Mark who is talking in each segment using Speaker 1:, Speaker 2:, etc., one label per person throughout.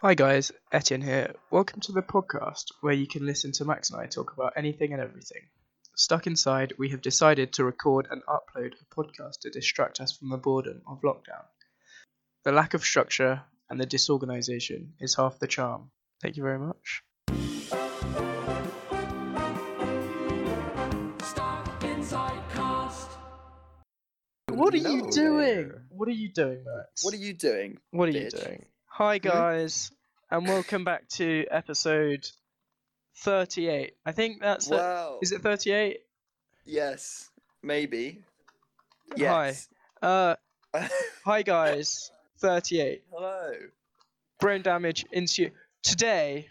Speaker 1: Hi guys, Etienne here. Welcome to the podcast where you can listen to Max and I talk about anything and everything. Stuck inside, we have decided to record and upload a podcast to distract us from the boredom of lockdown. The lack of structure and the disorganisation is half the charm. Thank you very much. What are you
Speaker 2: Hello
Speaker 1: doing?
Speaker 2: there.
Speaker 1: What are you doing, Max? Hmm?
Speaker 2: What are you doing?
Speaker 1: What are you
Speaker 2: bitch?
Speaker 1: doing? Hi guys, and welcome back to episode thirty-eight. I think that's it.
Speaker 2: wow.
Speaker 1: Is it thirty-eight?
Speaker 2: Yes. Maybe.
Speaker 1: Hi.
Speaker 2: Yes.
Speaker 1: Uh, hi guys, thirty-eight.
Speaker 2: Hello.
Speaker 1: Brain damage into today,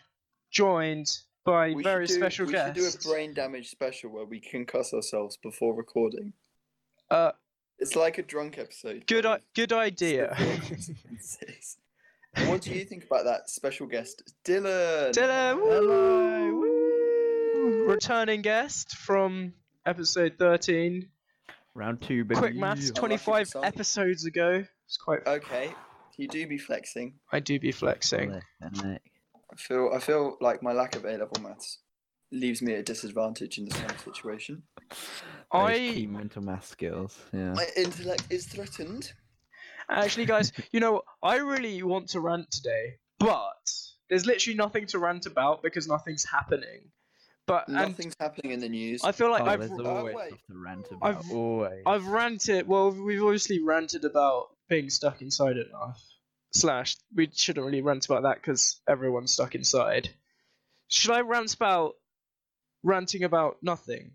Speaker 1: joined by
Speaker 2: We should
Speaker 1: very
Speaker 2: do-
Speaker 1: special
Speaker 2: we
Speaker 1: guest.
Speaker 2: should do a brain damage special where we concuss ourselves before recording.
Speaker 1: Uh,
Speaker 2: It's like a drunk episode.
Speaker 1: good, I-
Speaker 2: Dave.
Speaker 1: good idea.
Speaker 2: It's the consequences. what do you think about that special guest, Dylan?
Speaker 1: Dylan,
Speaker 2: Hello.
Speaker 1: woo! returning guest from episode thirteen.
Speaker 3: Round two, baby.
Speaker 1: Quick maths,
Speaker 2: Unlucky
Speaker 1: twenty-five
Speaker 2: result.
Speaker 1: episodes ago. It's quite.
Speaker 2: Okay. You do be flexing.
Speaker 1: I do be flexing.
Speaker 3: Left and right.
Speaker 2: I feel. I feel like my lack of A level maths leaves me at a disadvantage in this kind of situation.
Speaker 3: Those
Speaker 1: I-
Speaker 3: key mental math skills. Yeah.
Speaker 2: My intellect is threatened.
Speaker 1: Actually, guys, you know, I really want to rant today, but there's literally nothing to rant about because nothing's happening. But and
Speaker 2: Nothing's happening in the news.
Speaker 1: I feel like
Speaker 3: oh,
Speaker 1: I've
Speaker 3: there's
Speaker 2: oh,
Speaker 3: always
Speaker 2: wait.
Speaker 3: stuff to rant about.
Speaker 1: I've-
Speaker 3: always.
Speaker 1: I've ranted. Well, we've obviously ranted about being stuck inside enough. Slash, we shouldn't really rant about that because everyone's stuck inside. Should I rant about ranting about nothing?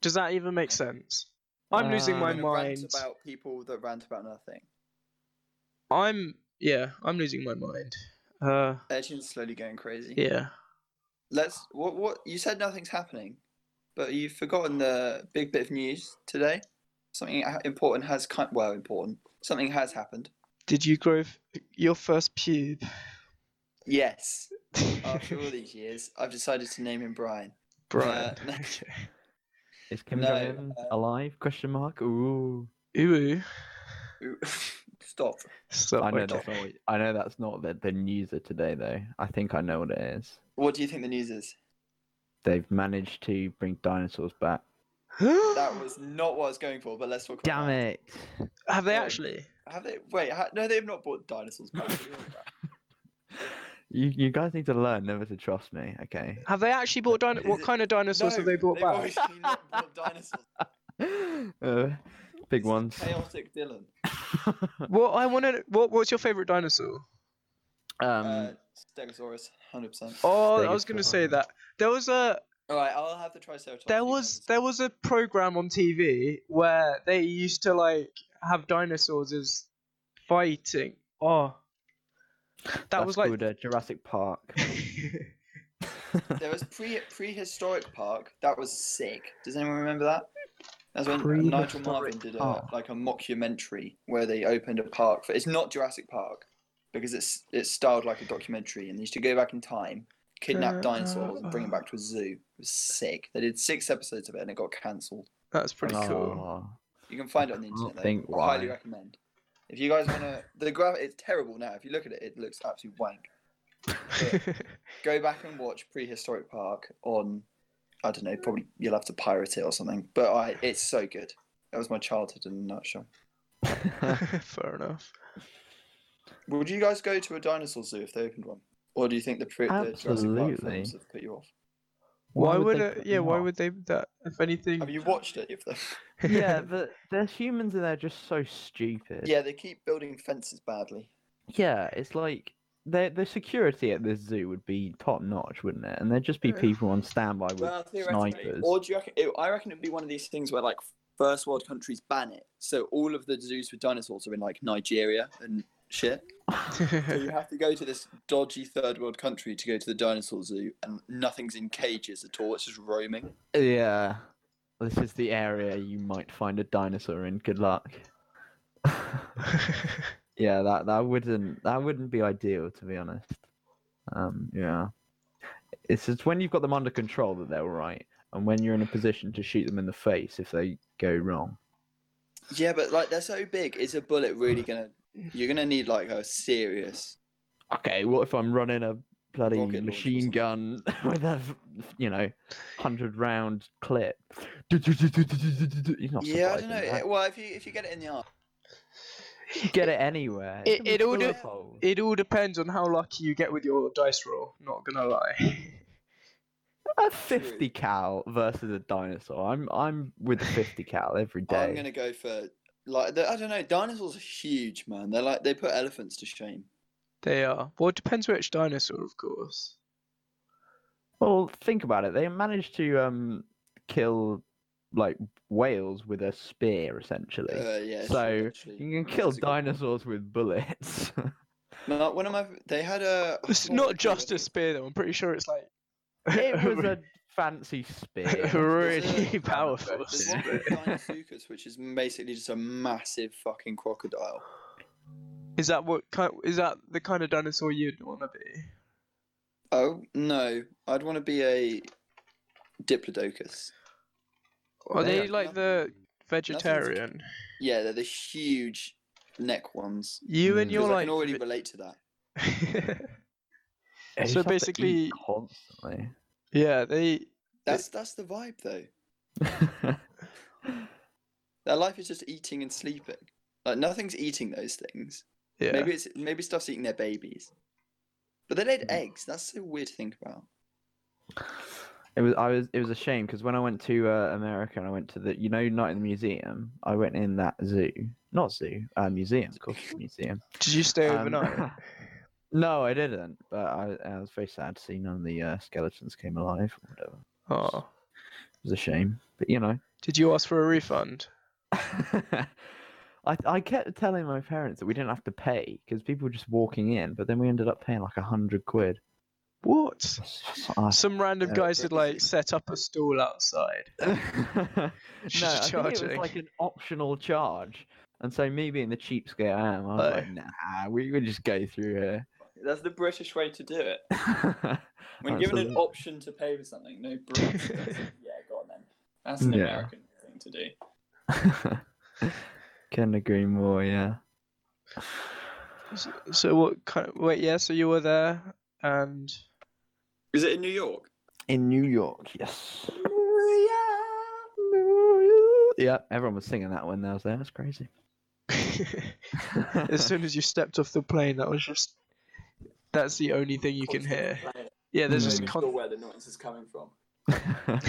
Speaker 1: Does that even make sense? I'm losing my
Speaker 2: Uh, I'm
Speaker 3: Um,
Speaker 2: gonna
Speaker 1: mind.
Speaker 2: Rant about people that rant about nothing.
Speaker 1: I'm yeah, I'm losing my mind. Uh,
Speaker 2: Etienne's slowly going crazy.
Speaker 1: yeah.
Speaker 2: Let's. What? What? You said nothing's happening, but you've forgotten the big bit of news today. Something ha- important has kind. Well, important. Something has happened.
Speaker 1: Did you grow f- your first pube?
Speaker 2: Yes. After all these years, I've decided to name him Brian.
Speaker 1: Brian.
Speaker 2: no.
Speaker 1: okay.
Speaker 3: Is Kim
Speaker 2: no,
Speaker 3: Jong Un
Speaker 2: uh,
Speaker 3: alive? Question mark. Ooh.
Speaker 1: Ooh, ooh.
Speaker 2: Ooh, Stop.
Speaker 1: Stop.
Speaker 3: I know
Speaker 1: okay.
Speaker 3: that's not. What, I know that's not the, the news of today, though. I think I know what it is.
Speaker 2: What do you think the news is?
Speaker 3: They've managed to bring dinosaurs back.
Speaker 2: That was not what I was going for. But let's talk. About
Speaker 3: Damn
Speaker 2: that.
Speaker 3: it!
Speaker 1: Have they
Speaker 2: Yeah.
Speaker 1: actually?
Speaker 2: Have they? Wait. Ha- no, they've not bought dinosaurs back. What are you on about?
Speaker 3: You you guys need to learn never to trust me. Okay.
Speaker 1: Have they actually bought dino- What
Speaker 2: Is it-
Speaker 1: kind of dinosaurs have
Speaker 2: No,
Speaker 1: they brought
Speaker 2: they've
Speaker 1: back?
Speaker 2: obviously not bought dinosaurs.
Speaker 3: Uh, big
Speaker 2: This is
Speaker 3: ones.
Speaker 2: Chaotic Dylan.
Speaker 1: Well, I want to. What, what's your favorite dinosaur?
Speaker 3: um.
Speaker 2: uh, Stegosaurus, hundred percent.
Speaker 1: Oh, I was going to say
Speaker 3: Stegosaurus.
Speaker 1: that there was a
Speaker 2: All right, I'll have the Triceratops.
Speaker 1: there
Speaker 2: you
Speaker 1: was
Speaker 2: guys.
Speaker 1: there was a program on TV where they used to like have dinosaurs as fighting. Oh, that
Speaker 3: that's
Speaker 1: was like.
Speaker 3: called, uh, Jurassic Park.
Speaker 2: there was pre prehistoric park. That was sick. Does anyone remember that? That's when Nigel
Speaker 3: Prehistoric
Speaker 2: Marvin did a,
Speaker 3: park.
Speaker 2: like a mockumentary where they opened a park. For, it's not Jurassic Park because it's it's styled like a documentary, and they used to go back in time, kidnap dinosaurs, and bring them back to a zoo. It was sick. They did six episodes of it, and it got cancelled.
Speaker 1: that's pretty cool.
Speaker 3: Oh.
Speaker 2: You can find it on the
Speaker 3: I can't
Speaker 2: internet. Though.
Speaker 3: think
Speaker 2: I highly
Speaker 3: why.
Speaker 2: recommend. If you guys want to, the graph it's terrible now. If you look at it, it looks absolutely wank. Go back and watch Prehistoric Park on, I don't know, probably you'll have to pirate it or something. But I, it's so good. That was my childhood in a nutshell.
Speaker 1: Fair enough.
Speaker 2: Would you guys go to a dinosaur zoo if they opened one, or do you think the, pre- the Jurassic Park
Speaker 3: Absolutely.
Speaker 2: films have put you off?
Speaker 1: Why, would,
Speaker 3: they
Speaker 1: it?
Speaker 3: put
Speaker 1: Yeah,
Speaker 3: them
Speaker 1: why
Speaker 3: off?
Speaker 1: would they do that? If anything,
Speaker 2: Have you watched it? If they,
Speaker 3: yeah, but the humans in there are just so stupid.
Speaker 2: yeah, they keep building fences badly.
Speaker 3: Yeah, it's like the the security at this zoo would be top notch, wouldn't it? And there'd just be
Speaker 1: Yeah.
Speaker 3: people on standby with
Speaker 2: Well, theoretically,
Speaker 3: snipers.
Speaker 2: or do you reckon? It, I reckon it'd be one of these things where like first world countries ban it, so all of the zoos with dinosaurs are in like Nigeria and shit. So you have to go to this dodgy third world country to go to the dinosaur zoo, and nothing's in cages at all. It's just roaming.
Speaker 3: yeah, this is the area you might find a dinosaur in. Good luck. yeah, that that wouldn't that wouldn't be ideal to be honest. Um, yeah, it's just when you've got them under control that they're all right, and when you're in a position to shoot them in the face if they go wrong.
Speaker 2: Yeah, but like they're so big. Is a bullet really gonna? You're gonna need like a serious
Speaker 3: okay, what if I'm running a
Speaker 2: Rocket
Speaker 3: bloody
Speaker 2: launch or
Speaker 3: machine
Speaker 2: something.
Speaker 3: gun with a, you know, hundred round clip? You're not
Speaker 2: yeah, I don't
Speaker 3: surviving
Speaker 2: know.
Speaker 3: that.
Speaker 2: Well, if you if you get it in the eye,
Speaker 3: You get it anywhere.
Speaker 1: It- it all de-
Speaker 3: all
Speaker 1: It all depends on how lucky you get with your dice roll, not gonna lie.
Speaker 3: a fifty cal versus a dinosaur. I'm I'm with the fifty cal every day.
Speaker 2: I'm gonna go for like the, I don't know. Dinosaurs are huge, man. They're like they put elephants to shame.
Speaker 1: they are. Well, it depends which dinosaur, of course.
Speaker 3: Well, think about it. They managed to um kill like whales with a spear, essentially.
Speaker 2: Uh, yeah. it's true,
Speaker 3: So,
Speaker 2: actually.
Speaker 3: you can kill
Speaker 2: that's a good-
Speaker 3: dinosaurs with bullets.
Speaker 2: No, one of my they had a.
Speaker 1: It's
Speaker 2: oh,
Speaker 1: not
Speaker 2: what
Speaker 1: just a
Speaker 2: was it?
Speaker 1: spear, though. I'm pretty sure it's like.
Speaker 3: it was a fancy spear.
Speaker 2: It's
Speaker 1: really
Speaker 2: a-
Speaker 1: powerful
Speaker 3: It's
Speaker 2: There's one
Speaker 1: spear.
Speaker 2: called Dinosuchus, which is basically just a massive fucking crocodile.
Speaker 1: Is that what kind? Is that the kind of dinosaur you'd want to be?
Speaker 2: Oh no, I'd want to be a diplodocus.
Speaker 1: Are
Speaker 3: They
Speaker 1: they,
Speaker 3: are
Speaker 1: like the vegetarian?
Speaker 2: Yeah, they're the huge neck ones.
Speaker 1: You and
Speaker 3: Mm.
Speaker 1: your
Speaker 2: 'Cause I
Speaker 1: like.
Speaker 2: can already
Speaker 1: v-
Speaker 2: relate to that.
Speaker 3: You just
Speaker 1: so
Speaker 3: have to eat
Speaker 1: basically,
Speaker 3: constantly.
Speaker 1: yeah, they.
Speaker 2: That's that's the vibe though. Their life is just eating and sleeping. Like nothing's eating those things.
Speaker 1: Yeah.
Speaker 2: Maybe it's maybe stuff's eating their babies. But they laid
Speaker 1: Hmm.
Speaker 3: Mm.
Speaker 2: eggs. That's a weird thing about.
Speaker 3: It was I was it was a shame because when I went to uh, America and I went to the you know Night in the Museum I went in that zoo not zoo uh, museum of course museum
Speaker 1: Did you stay
Speaker 3: Um,
Speaker 1: overnight?
Speaker 3: no I didn't but I, I was very sad to see none of the uh, skeletons came alive or whatever it
Speaker 1: oh.
Speaker 3: was a shame but you know
Speaker 1: Did you ask for a refund?
Speaker 3: I I kept telling my parents that we didn't have to pay because people were just walking in, but then we ended up paying like a hundred quid.
Speaker 1: What?
Speaker 3: I-
Speaker 1: Some random
Speaker 3: Uh,
Speaker 1: guys had like
Speaker 2: crazy.
Speaker 1: set up a stall outside.
Speaker 3: no, I think it was
Speaker 1: Charging.
Speaker 3: like an optional charge, and so me being the cheapskate I am, I was
Speaker 1: Oh.
Speaker 3: like, nah, we would just go through
Speaker 2: That's the British way to do it.
Speaker 3: here.
Speaker 2: When
Speaker 3: That's
Speaker 2: given
Speaker 3: a-
Speaker 2: an option to pay for something, no Brits. don't say, yeah, go on then. That's an
Speaker 3: Yeah.
Speaker 2: American thing to do.
Speaker 3: Couldn't agree more. Yeah.
Speaker 1: So, so what kind of wait? Yeah, so you were there, and
Speaker 2: Is it in New York?
Speaker 3: In New York, yes.
Speaker 2: Yeah.
Speaker 3: Yeah, everyone was singing that when I was there. That's crazy.
Speaker 1: as soon as you stepped off the plane, that was just that's the only thing you can hear. Yeah, there's just
Speaker 3: Mm.
Speaker 1: con-
Speaker 2: where the noise is coming from.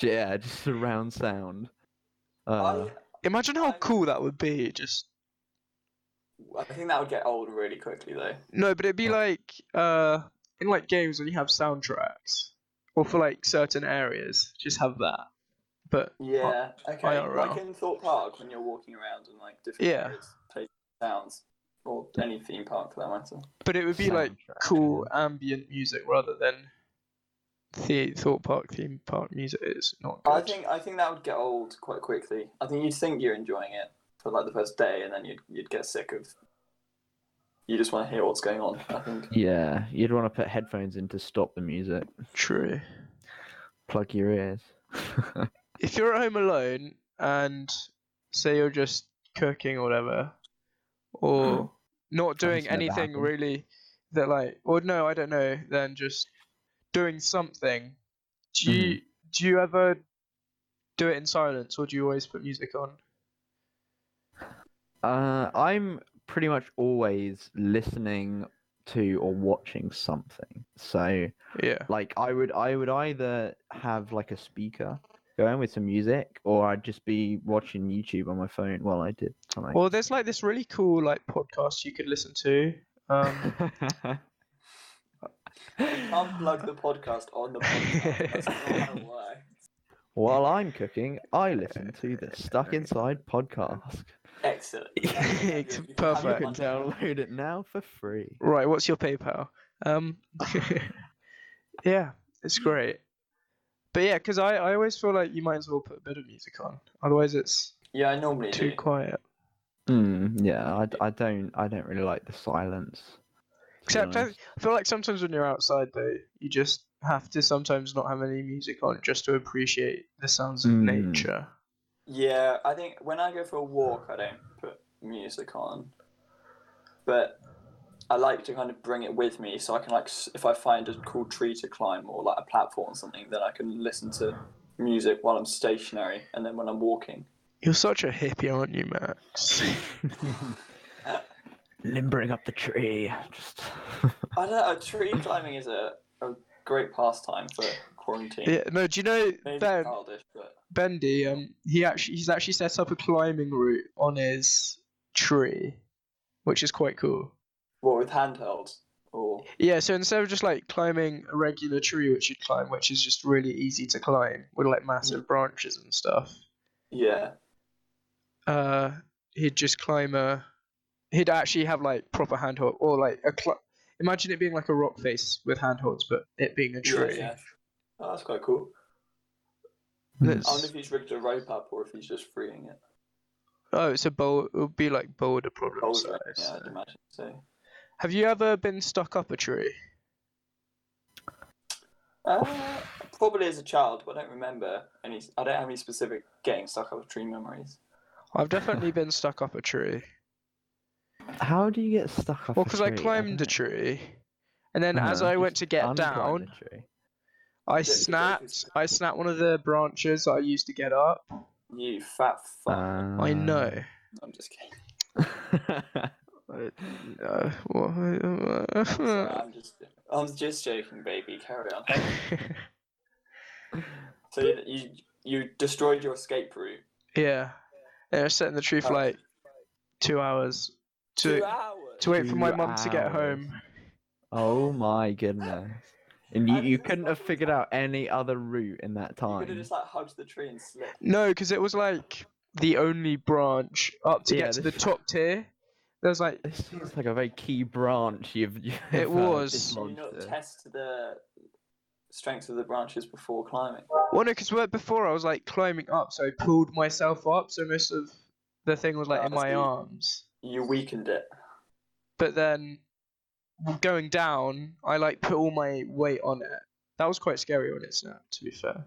Speaker 3: yeah, just surround sound.
Speaker 1: Oh,
Speaker 3: Uh,
Speaker 1: imagine how cool that would be. Just
Speaker 2: I, I think that would get old really quickly though.
Speaker 1: no, but it'd be
Speaker 3: Yeah.
Speaker 1: like uh in like games when you have soundtracks or for like certain areas, just have that. But
Speaker 2: Yeah. Okay.
Speaker 1: IRL.
Speaker 2: Like in Thorpe Park when you're walking around and like different
Speaker 1: Yeah.
Speaker 2: areas play sounds or any theme park for that matter.
Speaker 1: but it would be like
Speaker 3: soundtrack,
Speaker 1: cool ambient music rather than the Thought Park theme park music. It's not good.
Speaker 2: I think I think that would get old quite quickly. I think you'd think you're enjoying it for like the first day, and then you'd you'd get sick of. You just want to hear what's going on. I think.
Speaker 3: Yeah, you'd want to put headphones in to stop the music.
Speaker 1: true.
Speaker 3: Plug your ears.
Speaker 1: If you're at home alone and say you're just cooking or whatever, or not doing
Speaker 3: never
Speaker 1: anything
Speaker 3: happened.
Speaker 1: really that like, or no, I don't know, then just doing something. Do you do you ever do it in silence, or do you always put music on?
Speaker 3: uh, I'm pretty much always listening to or watching something. So,
Speaker 1: Yeah.
Speaker 3: like, I would I would either have like a speaker going with some music, or I'd just be watching YouTube on my phone while I did something.
Speaker 1: Well, there's like this really cool like podcast you could listen to. Um,
Speaker 2: plug the podcast on the
Speaker 1: podcast. That's
Speaker 2: why.
Speaker 3: While I'm cooking, I listen to the Stuck Inside podcast.
Speaker 2: Excellent.
Speaker 1: It's
Speaker 2: You can
Speaker 1: perfect.
Speaker 3: You
Speaker 2: have it
Speaker 3: can
Speaker 2: on-
Speaker 3: download it now for free.
Speaker 1: Right, what's your PayPal? Um, yeah, it's great. But yeah, because I, I always feel like you might as well put a bit of music on, otherwise it's
Speaker 2: Yeah, I normally
Speaker 1: too
Speaker 2: do.
Speaker 1: quiet.
Speaker 3: Mm, yeah, I, d- I don't I don't really like the silence. to be
Speaker 1: Except I
Speaker 3: honest.
Speaker 1: I feel like sometimes when you're outside though, you just have to sometimes not have any music on just to appreciate the sounds of
Speaker 3: Mm.
Speaker 1: nature.
Speaker 2: Yeah, I think when I go for a walk, I don't put music on. But I like to kind of bring it with me, so I can like s- if I find a cool tree to climb or like a platform or something, then I can listen to music while I'm stationary, and then when I'm walking.
Speaker 1: You're such a hippie, aren't you, Max?
Speaker 3: Limbering up the tree. Just
Speaker 2: I don't know. Tree climbing is a, a great pastime for quarantine.
Speaker 1: yeah, no, do you know
Speaker 2: Maybe
Speaker 1: Ben
Speaker 2: childish, but
Speaker 1: Bendy? Um, he actually he's actually set up a climbing route on his tree, which is quite cool.
Speaker 2: what with handhelds or
Speaker 1: Yeah, so instead of just like climbing a regular tree, which you'd climb, which is just really easy to climb with like
Speaker 2: Mm.
Speaker 1: massive branches and stuff,
Speaker 2: yeah,
Speaker 1: uh, he'd just climb a. He'd actually have like proper handhold or like a. Cl- imagine it being like a rock face with handholds, but it being a
Speaker 2: yeah,
Speaker 1: tree.
Speaker 2: yeah. Oh, that's quite cool. I wonder
Speaker 1: That's-
Speaker 2: if he's rigged a rope up or if he's just freeing it.
Speaker 1: oh, it's a bowl. It would be like boulder problem
Speaker 2: Boulder,
Speaker 1: size.
Speaker 2: yeah, I'd imagine. So,
Speaker 1: Have you ever been stuck up a tree?
Speaker 2: uh, probably as a child, but I don't remember any. I don't have any specific getting stuck up a tree memories.
Speaker 1: I've definitely been stuck up a tree.
Speaker 3: how do you get stuck up?
Speaker 1: Well,
Speaker 3: a
Speaker 1: because I
Speaker 3: tree?
Speaker 1: climbed a
Speaker 3: don't-
Speaker 1: tree, and then as
Speaker 3: Uh-huh.
Speaker 1: I went to get
Speaker 3: unclimb
Speaker 1: down,
Speaker 3: a tree.
Speaker 1: I
Speaker 2: it's a
Speaker 1: snapped. I snapped one of the branches that I used to get up.
Speaker 2: You fat fuck.
Speaker 1: I know.
Speaker 2: I'm just kidding.
Speaker 3: Uh,
Speaker 1: I- no, what-
Speaker 2: I'm just. I'm just joking, baby. Carry on. So you, you you destroyed your escape route.
Speaker 1: yeah, yeah. I was sat in the tree for
Speaker 2: Oh.
Speaker 1: like two hours
Speaker 2: Two
Speaker 1: to
Speaker 2: hours.
Speaker 1: to wait for my
Speaker 3: Two
Speaker 1: mum to get
Speaker 3: hours.
Speaker 1: home.
Speaker 3: oh my goodness. And you,
Speaker 2: And
Speaker 3: you
Speaker 2: it's
Speaker 3: couldn't
Speaker 2: like-
Speaker 3: have figured out any other route in that
Speaker 2: You could have
Speaker 3: time.
Speaker 2: just like hugged the tree and slipped.
Speaker 1: No, because it was like the only branch up to
Speaker 3: Yeah,
Speaker 1: get to the
Speaker 3: this-
Speaker 1: top tier. There was like
Speaker 3: This seems like a very key branch you've. you've uh,
Speaker 1: was.
Speaker 2: Did you not
Speaker 3: dislodged there.
Speaker 2: test the strength of the branches before climbing?
Speaker 1: well, no, because before I was like climbing up, so I pulled myself up, so most of the thing was like
Speaker 2: Ah,
Speaker 1: in
Speaker 2: I
Speaker 1: my
Speaker 2: see.
Speaker 1: arms.
Speaker 2: You weakened it.
Speaker 1: But then going down, I like put all my weight on it. That was quite scary when it snapped. To be fair.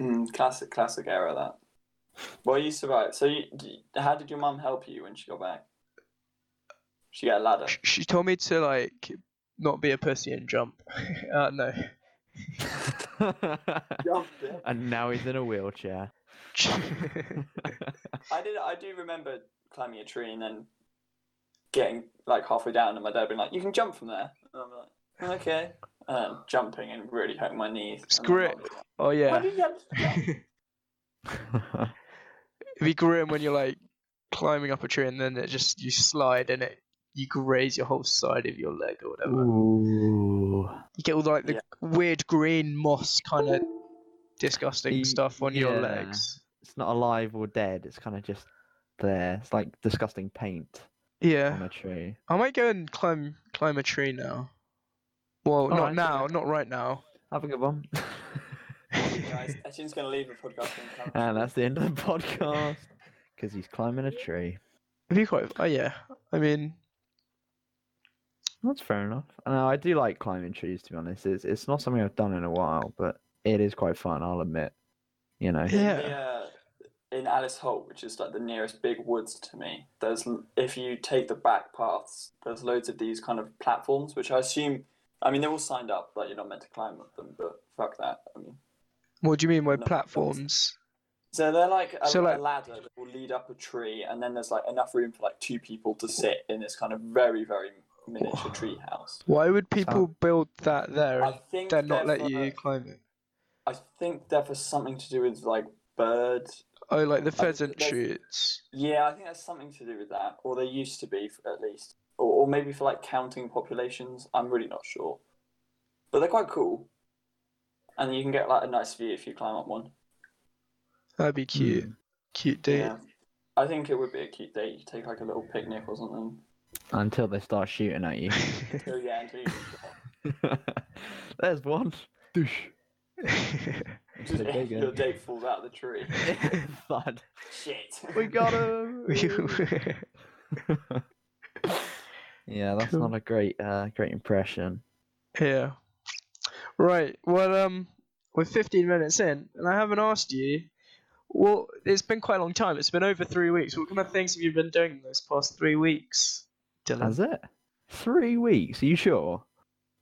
Speaker 2: Mm, classic, classic error that. Well, you survived. So, you, d- how did your mum help you when she got back? She got a ladder.
Speaker 1: Sh- She told me to like not be a pussy and jump. uh, no,
Speaker 2: Jumped it.
Speaker 3: and now he's in a wheelchair.
Speaker 2: I did. I do remember climbing a tree and then getting like halfway down, and my dad being like, "You can jump from there." And I'm like, "Okay." Um, jumping and really hurting my knees. and my
Speaker 1: Screw it.
Speaker 2: mum was like,
Speaker 1: oh
Speaker 2: "Why
Speaker 1: yeah,
Speaker 2: did you have to jump?"
Speaker 1: it'd be grim when you're like climbing up a tree and then it just you slide and it you graze your whole side of your leg or whatever.
Speaker 3: Ooh.
Speaker 1: You get all like the
Speaker 2: Yeah.
Speaker 1: weird green moss kind of disgusting
Speaker 3: Y-
Speaker 1: stuff on your
Speaker 3: yeah.
Speaker 1: legs.
Speaker 3: It's not alive or dead. It's kind of just there. It's like disgusting paint
Speaker 1: Yeah,
Speaker 3: on a tree.
Speaker 1: I might go and climb climb a tree now. Well, not
Speaker 3: Alright,
Speaker 1: now, not right now.
Speaker 3: Have a good one.
Speaker 2: Guys, Etienne's gonna leave the podcast. and come.
Speaker 3: and Ah, that's the end of the podcast because he's climbing a tree.
Speaker 1: It'd be quite. Oh yeah. I mean,
Speaker 3: That's fair enough. Now I do like climbing trees. To be honest, it's it's not something I've done in a while, but it is quite fun. I'll admit. You know.
Speaker 1: Yeah.
Speaker 2: In, the, uh, in Alice Holt, which is like the nearest big woods to me, there's l- if you take the back paths, there's loads of these kind of platforms, which I assume. I mean, they're all signed up, like you're not meant to climb up them, but fuck that. I mean,
Speaker 1: what do you mean by
Speaker 2: No, that's-
Speaker 1: platforms?
Speaker 2: so they're like a,
Speaker 1: So, like-
Speaker 2: a ladder that will lead up a tree, and then there's like enough room for like two people to sit in this kind of very, very miniature tree house.
Speaker 1: Why would people build that there
Speaker 2: I
Speaker 1: and
Speaker 2: think
Speaker 1: then not
Speaker 2: they're
Speaker 1: let
Speaker 2: for-
Speaker 1: you climb it?
Speaker 2: I think they're for something to do with like bird
Speaker 1: Oh, like the
Speaker 2: think
Speaker 1: pheasant
Speaker 2: that's-
Speaker 1: shoots.
Speaker 2: Yeah, I think that's something to do with that, or they used to be f- at least, or, or maybe for like counting populations. I'm really not sure, but they're quite cool, and you can get like a nice view if you climb up one.
Speaker 1: That'd be cute. Cute date.
Speaker 2: Yeah, I think it would be a cute date. You take like a little picnic or something.
Speaker 3: Until they start shooting at you.
Speaker 2: So yeah, until you
Speaker 3: There's one. Douche.
Speaker 2: just,
Speaker 3: There you go.
Speaker 2: your date falls out of the tree.
Speaker 3: Thud.
Speaker 2: Shit.
Speaker 3: We got him. yeah, that's
Speaker 1: Cool.
Speaker 3: not a great, uh, great impression.
Speaker 1: yeah. Right. Well, um, we're 15 minutes in, and I haven't asked you. Well, it's been quite a long time. It's been over three weeks. What kind of things have you been doing those past three weeks, Dylan?
Speaker 3: Has it? Three weeks? Are you sure?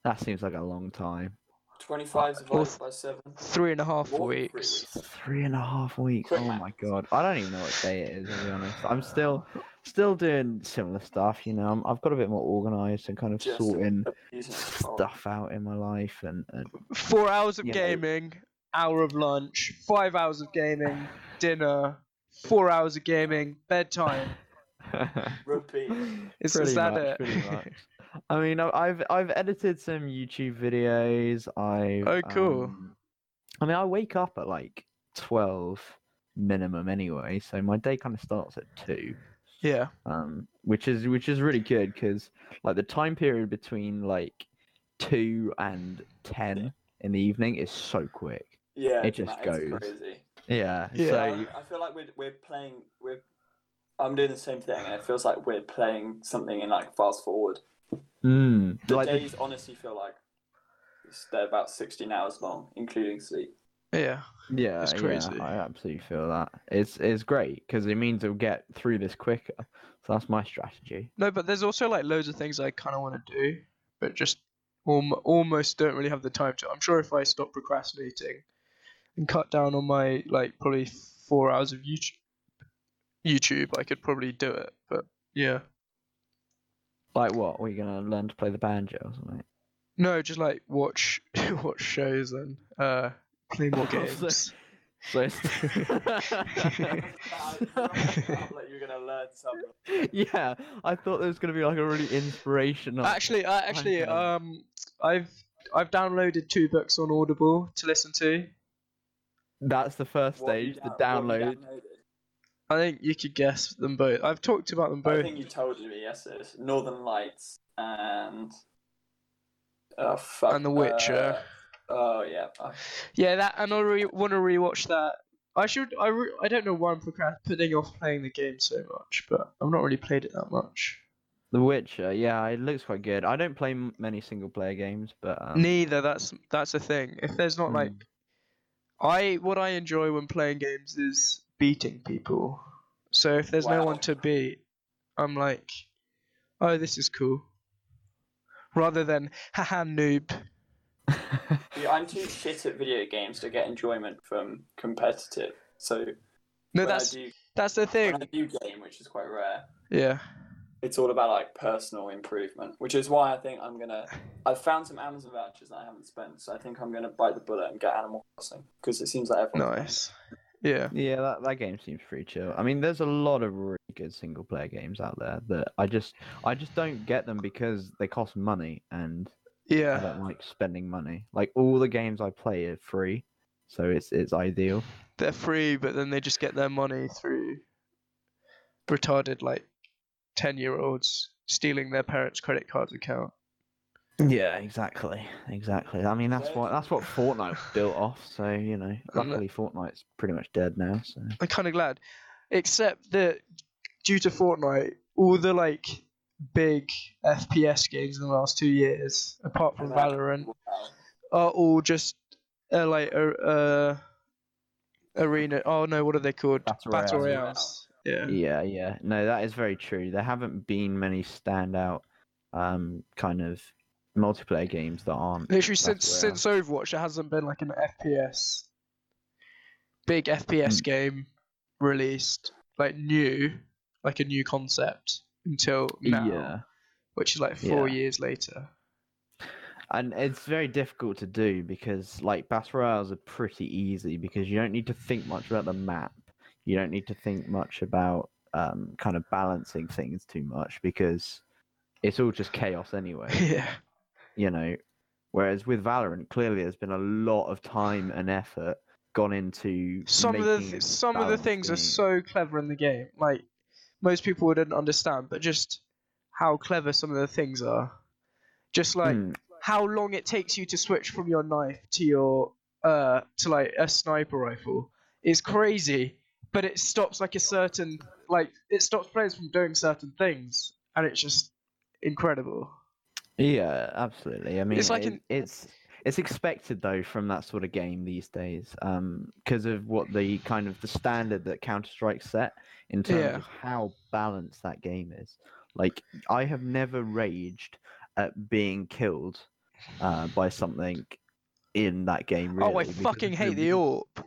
Speaker 3: That seems like a long time.
Speaker 4: 25 divided
Speaker 1: Fourth-
Speaker 4: by 7.
Speaker 1: Three and a half
Speaker 4: More than three
Speaker 1: weeks.
Speaker 3: Three and a half weeks.
Speaker 4: Quick
Speaker 3: Oh
Speaker 4: maths.
Speaker 3: my god! I don't even know what day it is. To be honest, I'm still, still doing similar stuff. You know, I'm, I've got a bit more organised and kind of
Speaker 4: Just
Speaker 3: sorting
Speaker 4: abusing it. Oh.
Speaker 3: stuff out in my life. And, and
Speaker 1: Four hours of
Speaker 3: You know.
Speaker 1: gaming, hour of lunch, five hours of gaming, dinner, four hours of gaming, bedtime.
Speaker 4: Repeat.
Speaker 1: Is, is that it?
Speaker 3: pretty much. uh, I mean, I- I've I've edited some YouTube videos. I
Speaker 1: Oh, cool.
Speaker 3: I mean, I wake up at like twelve minimum anyway, so my day kind of starts at two.
Speaker 1: yeah.
Speaker 3: um, which is which is really good because like the time period between like two and ten in the evening is so quick.
Speaker 4: Yeah,
Speaker 3: It just
Speaker 4: that is
Speaker 3: goes.
Speaker 4: crazy.
Speaker 3: Yeah.
Speaker 1: Yeah.
Speaker 3: So
Speaker 4: I feel like we're, we're playing. We're, I'm doing the same thing, and it feels like we're playing something in like fast forward.
Speaker 3: mm,
Speaker 4: The
Speaker 3: like the-
Speaker 4: days honestly feel like it's- they're about 16 hours long, including sleep.
Speaker 1: Yeah.
Speaker 3: yeah,
Speaker 1: it's
Speaker 3: yeah,
Speaker 1: crazy.
Speaker 3: I absolutely feel that it's it's great because it means we'll get through this quicker. So that's my strategy.
Speaker 1: No, but there's also like loads of things I kind of want to do, but just alm- almost don't really have the time to. I'm sure if I stop procrastinating and cut down on my like probably four hours of YouTube, YouTube, I could probably do it. But yeah,
Speaker 3: Like what? We're gonna learn to play the banjo or something.
Speaker 1: no, just like watch watch shows and uh, play more
Speaker 3: Also-
Speaker 1: games.
Speaker 3: So it's-
Speaker 4: like you're gonna learn something.
Speaker 3: yeah, I thought there was gonna be like a really inspirational.
Speaker 1: Actually, I actually
Speaker 3: Oh, Okay.
Speaker 1: um I've I've downloaded two books on Audible to listen to.
Speaker 3: That's the first
Speaker 4: What you
Speaker 3: stage, the
Speaker 4: down- what you
Speaker 3: download.
Speaker 1: I think you could guess them both. I've talked about them
Speaker 4: downloaded. I
Speaker 1: both.
Speaker 4: think you told me yes. It's Northern Lights and oh fuck.
Speaker 1: And The Witcher.
Speaker 4: uh, oh yeah. fuck.
Speaker 1: Yeah, that and I re- want to rewatch that. I should. I, re- I don't know why I'm procrast- putting off playing the game so much, but I've not really played it that much.
Speaker 3: The Witcher, yeah, it looks quite good. I don't play m- many single player games, but um,
Speaker 1: Neither. That's that's a thing. If there's not like I what I enjoy when playing games is beating people. So if there's no
Speaker 4: Wow.
Speaker 1: one to beat, I'm like, oh, this is cool. Rather than haha noob.
Speaker 3: mm.
Speaker 4: Yeah, I'm too shit at video games to get enjoyment from competitive. So
Speaker 1: No,
Speaker 4: when I
Speaker 1: that's
Speaker 4: do
Speaker 1: that's the
Speaker 4: when
Speaker 1: thing.
Speaker 4: I do game, which is quite rare.
Speaker 1: Yeah.
Speaker 4: it's all about like personal improvement, which is why I think I'm gonna. I've found some Amazon vouchers that I haven't spent, so I think I'm gonna bite the bullet and get Animal Crossing because it seems like everyone.
Speaker 1: Nice. Yeah.
Speaker 3: yeah, that, that game seems pretty chill. I mean, there's a lot of really good single player games out there that I just I just don't get them because they cost money and I
Speaker 1: Yeah.
Speaker 3: don't like spending money. Like all the games I play are free, so it's it's ideal.
Speaker 1: they're free, but then they just get their money through retarded like ten year olds stealing their parents' credit cards account.
Speaker 3: Yeah, exactly, exactly. I mean, that's
Speaker 4: Where
Speaker 3: what
Speaker 4: do-
Speaker 3: that's what Fortnite's built off. So you know,
Speaker 1: I'm not-
Speaker 3: luckily Fortnite's pretty much dead now. So
Speaker 1: I'm kind of glad, except that due to Fortnite, all the like big FPS games in the last two years, apart from Valorant,
Speaker 4: Wow.
Speaker 1: are all just uh, like uh, uh, arena. Oh no, what are they called?
Speaker 3: Battle
Speaker 1: Battle
Speaker 3: Royales.
Speaker 1: royales. Yeah.
Speaker 3: Yeah, yeah. No, that is very true. There haven't been many standout um kind of multiplayer games that aren't
Speaker 1: Literally
Speaker 3: Battle
Speaker 1: since
Speaker 3: Royale.
Speaker 1: since Overwatch, there hasn't been like an FPS, big FPS
Speaker 3: Mm.
Speaker 1: game released, like new, like a new concept until now,
Speaker 3: Yeah.
Speaker 1: which is like four
Speaker 3: Yeah.
Speaker 1: years later.
Speaker 3: And it's very difficult to do because like battle royales are pretty easy because you don't need to think much about the map. You don't need to think much about um kind of balancing things too much because it's all just chaos anyway.
Speaker 1: yeah,
Speaker 3: you know. Whereas with Valorant, clearly there's been a lot of time and effort gone into
Speaker 1: some of the
Speaker 3: making
Speaker 1: th-
Speaker 3: it
Speaker 1: some of the things are
Speaker 3: balanced and-
Speaker 1: so clever in the game. Like most people wouldn't understand, but just how clever some of the things are. Just like
Speaker 3: Mm,
Speaker 1: how long it takes you to switch from your knife to your uh to like a sniper rifle is crazy but it stops like a certain like it stops players from doing certain things and it's just incredible
Speaker 3: yeah, absolutely. I mean,
Speaker 1: It's
Speaker 3: it's
Speaker 1: like
Speaker 3: it,
Speaker 1: an-
Speaker 3: it's it's expected though from that sort of game these days, um, because of what the kind of the standard that Counter Strike set in terms
Speaker 1: Yeah.
Speaker 3: of how balanced that game is. Like I have never raged at being killed uh, by something in that game. Really,
Speaker 1: oh, I
Speaker 3: because
Speaker 1: fucking hate the
Speaker 3: really-
Speaker 1: AWP.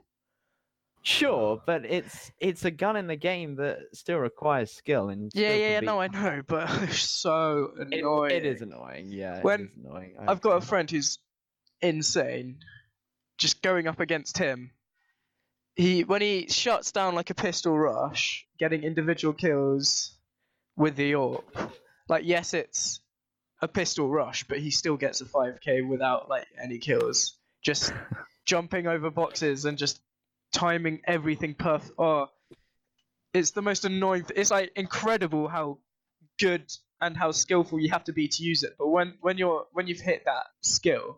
Speaker 3: Sure, but it's it's a gun in the game that still requires skill
Speaker 1: Yeah,
Speaker 3: and still
Speaker 1: yeah,
Speaker 3: can
Speaker 1: yeah,
Speaker 3: be-
Speaker 1: no, I know, but it's so
Speaker 3: It-
Speaker 1: annoying.
Speaker 3: it is annoying. Yeah,
Speaker 1: When
Speaker 3: it is annoying. I
Speaker 1: I've got a
Speaker 3: agree.
Speaker 1: friend who's insane. Just going up against him, he when he shuts down like a pistol rush, getting individual kills with the AWP. Like yes, it's a pistol rush, but he still gets a 5k without like any kills. Just jumping over boxes and just timing everything perfect. Oh, it's the most annoying. Th- it's like incredible how good and how skillful you have to be to use it. But when when you're when you've hit that skill,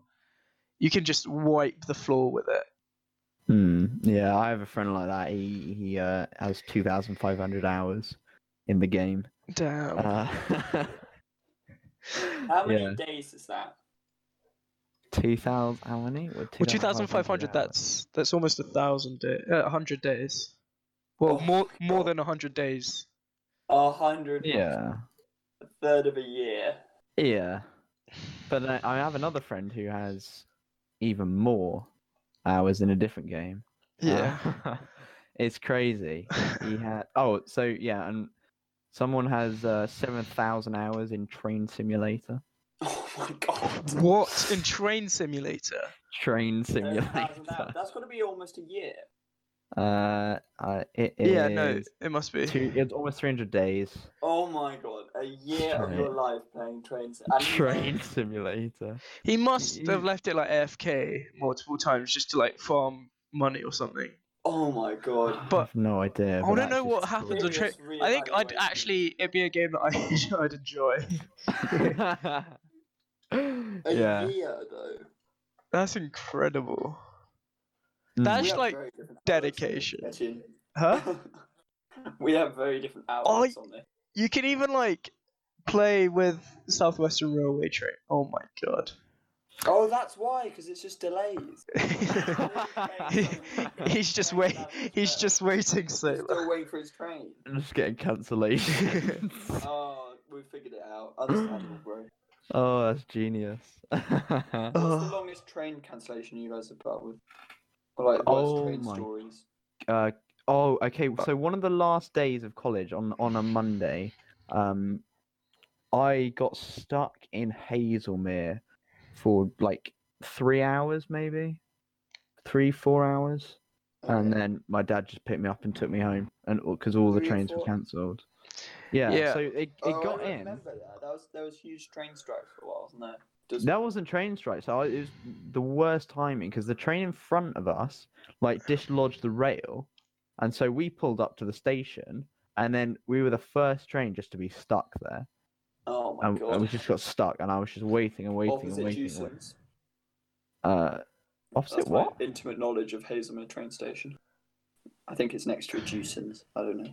Speaker 1: you can just wipe the floor with it.
Speaker 3: Hmm, yeah, I have a friend like that. He he uh, has two thousand five hundred hours in the game.
Speaker 1: Damn.
Speaker 3: Uh,
Speaker 2: How many
Speaker 3: Yeah.
Speaker 2: days is that?
Speaker 3: two thousand? How many? Well,
Speaker 1: well, two thousand five hundred.
Speaker 3: 2,500 hours.
Speaker 1: That's that's almost a thousand day, uh, hundred days. Well,
Speaker 2: Oh,
Speaker 1: more more
Speaker 2: God.
Speaker 1: than hundred days.
Speaker 2: A hundred.
Speaker 3: yeah,
Speaker 2: A third of a year.
Speaker 3: yeah. But I, I have another friend who has even more hours in a different game. Uh, it's crazy. He had oh, so yeah, and someone has uh, seven thousand hours in Train Simulator.
Speaker 2: Oh my god.
Speaker 1: what in Train Simulator?
Speaker 3: Train
Speaker 2: 7,000 hours.
Speaker 3: Simulator.
Speaker 2: That's got to be almost a year.
Speaker 3: Uh, uh it is
Speaker 1: Yeah, no, it must be.
Speaker 3: two, it's almost 300 days.
Speaker 2: Oh my god. A year of your life playing trains. And you-
Speaker 3: Train simulator.
Speaker 1: He must
Speaker 3: Yeah.
Speaker 1: have left it like AFK multiple times just to like farm money or something.
Speaker 2: Oh my god.
Speaker 1: But-
Speaker 3: I have no idea.
Speaker 1: I
Speaker 3: but
Speaker 1: don't know
Speaker 3: that's
Speaker 1: what
Speaker 3: just
Speaker 1: happens on Train.
Speaker 2: Serious
Speaker 1: I think I'd
Speaker 2: reevaluation.
Speaker 1: actually it'd be a game that I, I'd enjoy.
Speaker 3: cool.
Speaker 2: A
Speaker 3: yeah.
Speaker 2: year though.
Speaker 1: That's incredible.
Speaker 3: Mm.
Speaker 1: That's
Speaker 2: We have
Speaker 1: like
Speaker 2: very different
Speaker 1: dedication.
Speaker 2: outlooks on this,
Speaker 1: Huh?
Speaker 2: Etienne. we have very different outlooks on this.
Speaker 1: You can even like play with Southwestern Railway train. Oh my god.
Speaker 2: Oh, that's why, because it's just delays.
Speaker 1: he's just wait. He's just waiting
Speaker 2: He's
Speaker 1: so.
Speaker 2: still waiting for his train.
Speaker 3: I'm just getting cancellation.
Speaker 2: Oh, we figured it out. Understandable, bro.
Speaker 3: oh, that's genius.
Speaker 2: What's the
Speaker 1: Oh.
Speaker 2: longest train cancellation you guys have dealt with? Or like worst
Speaker 3: Oh
Speaker 2: train
Speaker 3: my-
Speaker 2: stories.
Speaker 3: uh, oh, okay. So one of the last days of college on on a Monday, um, I got stuck in Hazelmere for like three hours, maybe three four hours, and then my dad just picked me up and took me home, and because all the
Speaker 2: Three or
Speaker 3: trains were
Speaker 2: four?
Speaker 3: cancelled. Yeah,
Speaker 1: Yeah.
Speaker 3: So it, it
Speaker 2: Oh, I
Speaker 3: got in.
Speaker 2: remember that. That was there was huge train strike for a while, wasn't there? Just-
Speaker 3: That wasn't train strike, so I, it was the worst timing because the train in front of us like dislodged the rail, and so we pulled up to the station, and then we were the first train just to be stuck there,
Speaker 2: Oh my
Speaker 3: and, and
Speaker 2: god.
Speaker 3: we just got stuck, and I was just waiting and waiting and
Speaker 2: Opposite
Speaker 3: waiting. And waiting.
Speaker 2: Jewson's.
Speaker 3: Uh, opposite
Speaker 2: That's my
Speaker 3: what?
Speaker 2: intimate knowledge of Hazelmere train station. I think it's next to a Jewson's. I don't know.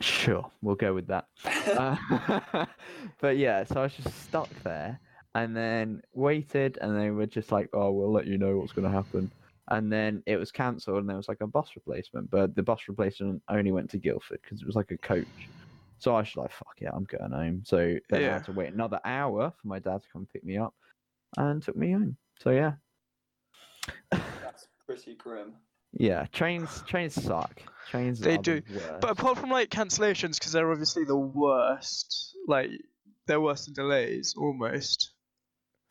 Speaker 3: Sure, we'll go with that. Uh, but yeah, so I was just stuck there and then waited, and they were just like, oh, we'll let you know what's going to happen. And then it was cancelled, and there was like a bus replacement, but the bus replacement only went to Guildford because it was like a coach. So I was like, fuck yeah, I'm going home. So then I
Speaker 1: Yeah.
Speaker 3: had to wait another hour for my dad to come pick me up and took me home. So yeah,
Speaker 2: That's pretty grim.
Speaker 3: yeah, trains trains suck. Trains
Speaker 1: They
Speaker 3: are
Speaker 1: do,
Speaker 3: The worst.
Speaker 1: But apart from like cancellations, because they're obviously the worst. Like they're worse than delays almost.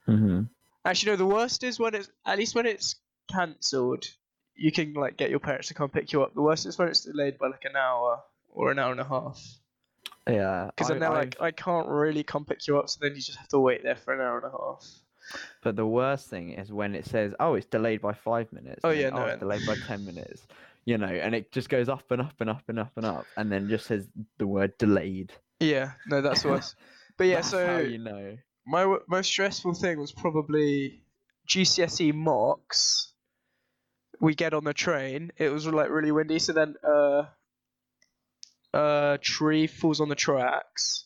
Speaker 3: Mhm.
Speaker 1: Actually, no. The worst is when it's at least when it's cancelled, you can like get your parents to come pick you up. The worst is when it's delayed by like an hour or an hour and a half.
Speaker 3: yeah,
Speaker 1: Because then
Speaker 3: I-
Speaker 1: they're
Speaker 3: I've-
Speaker 1: like, I can't really come pick you up, so then you just have to wait there for an hour and a half.
Speaker 3: But the worst thing is when it says, "Oh, it's delayed by five minutes."
Speaker 1: Oh,
Speaker 3: and then,
Speaker 1: yeah, no,
Speaker 3: it's
Speaker 1: it-
Speaker 3: delayed by ten minutes. You know, and it just goes up and up and up and up and up, and then just says the word "delayed."
Speaker 1: Yeah, no, that's worse. But yeah,
Speaker 3: That's how
Speaker 1: so
Speaker 3: you know.
Speaker 1: my w- most stressful thing was probably GCSE E mocks. We get on the train. It was like really windy, so then uh, a tree falls on the tracks,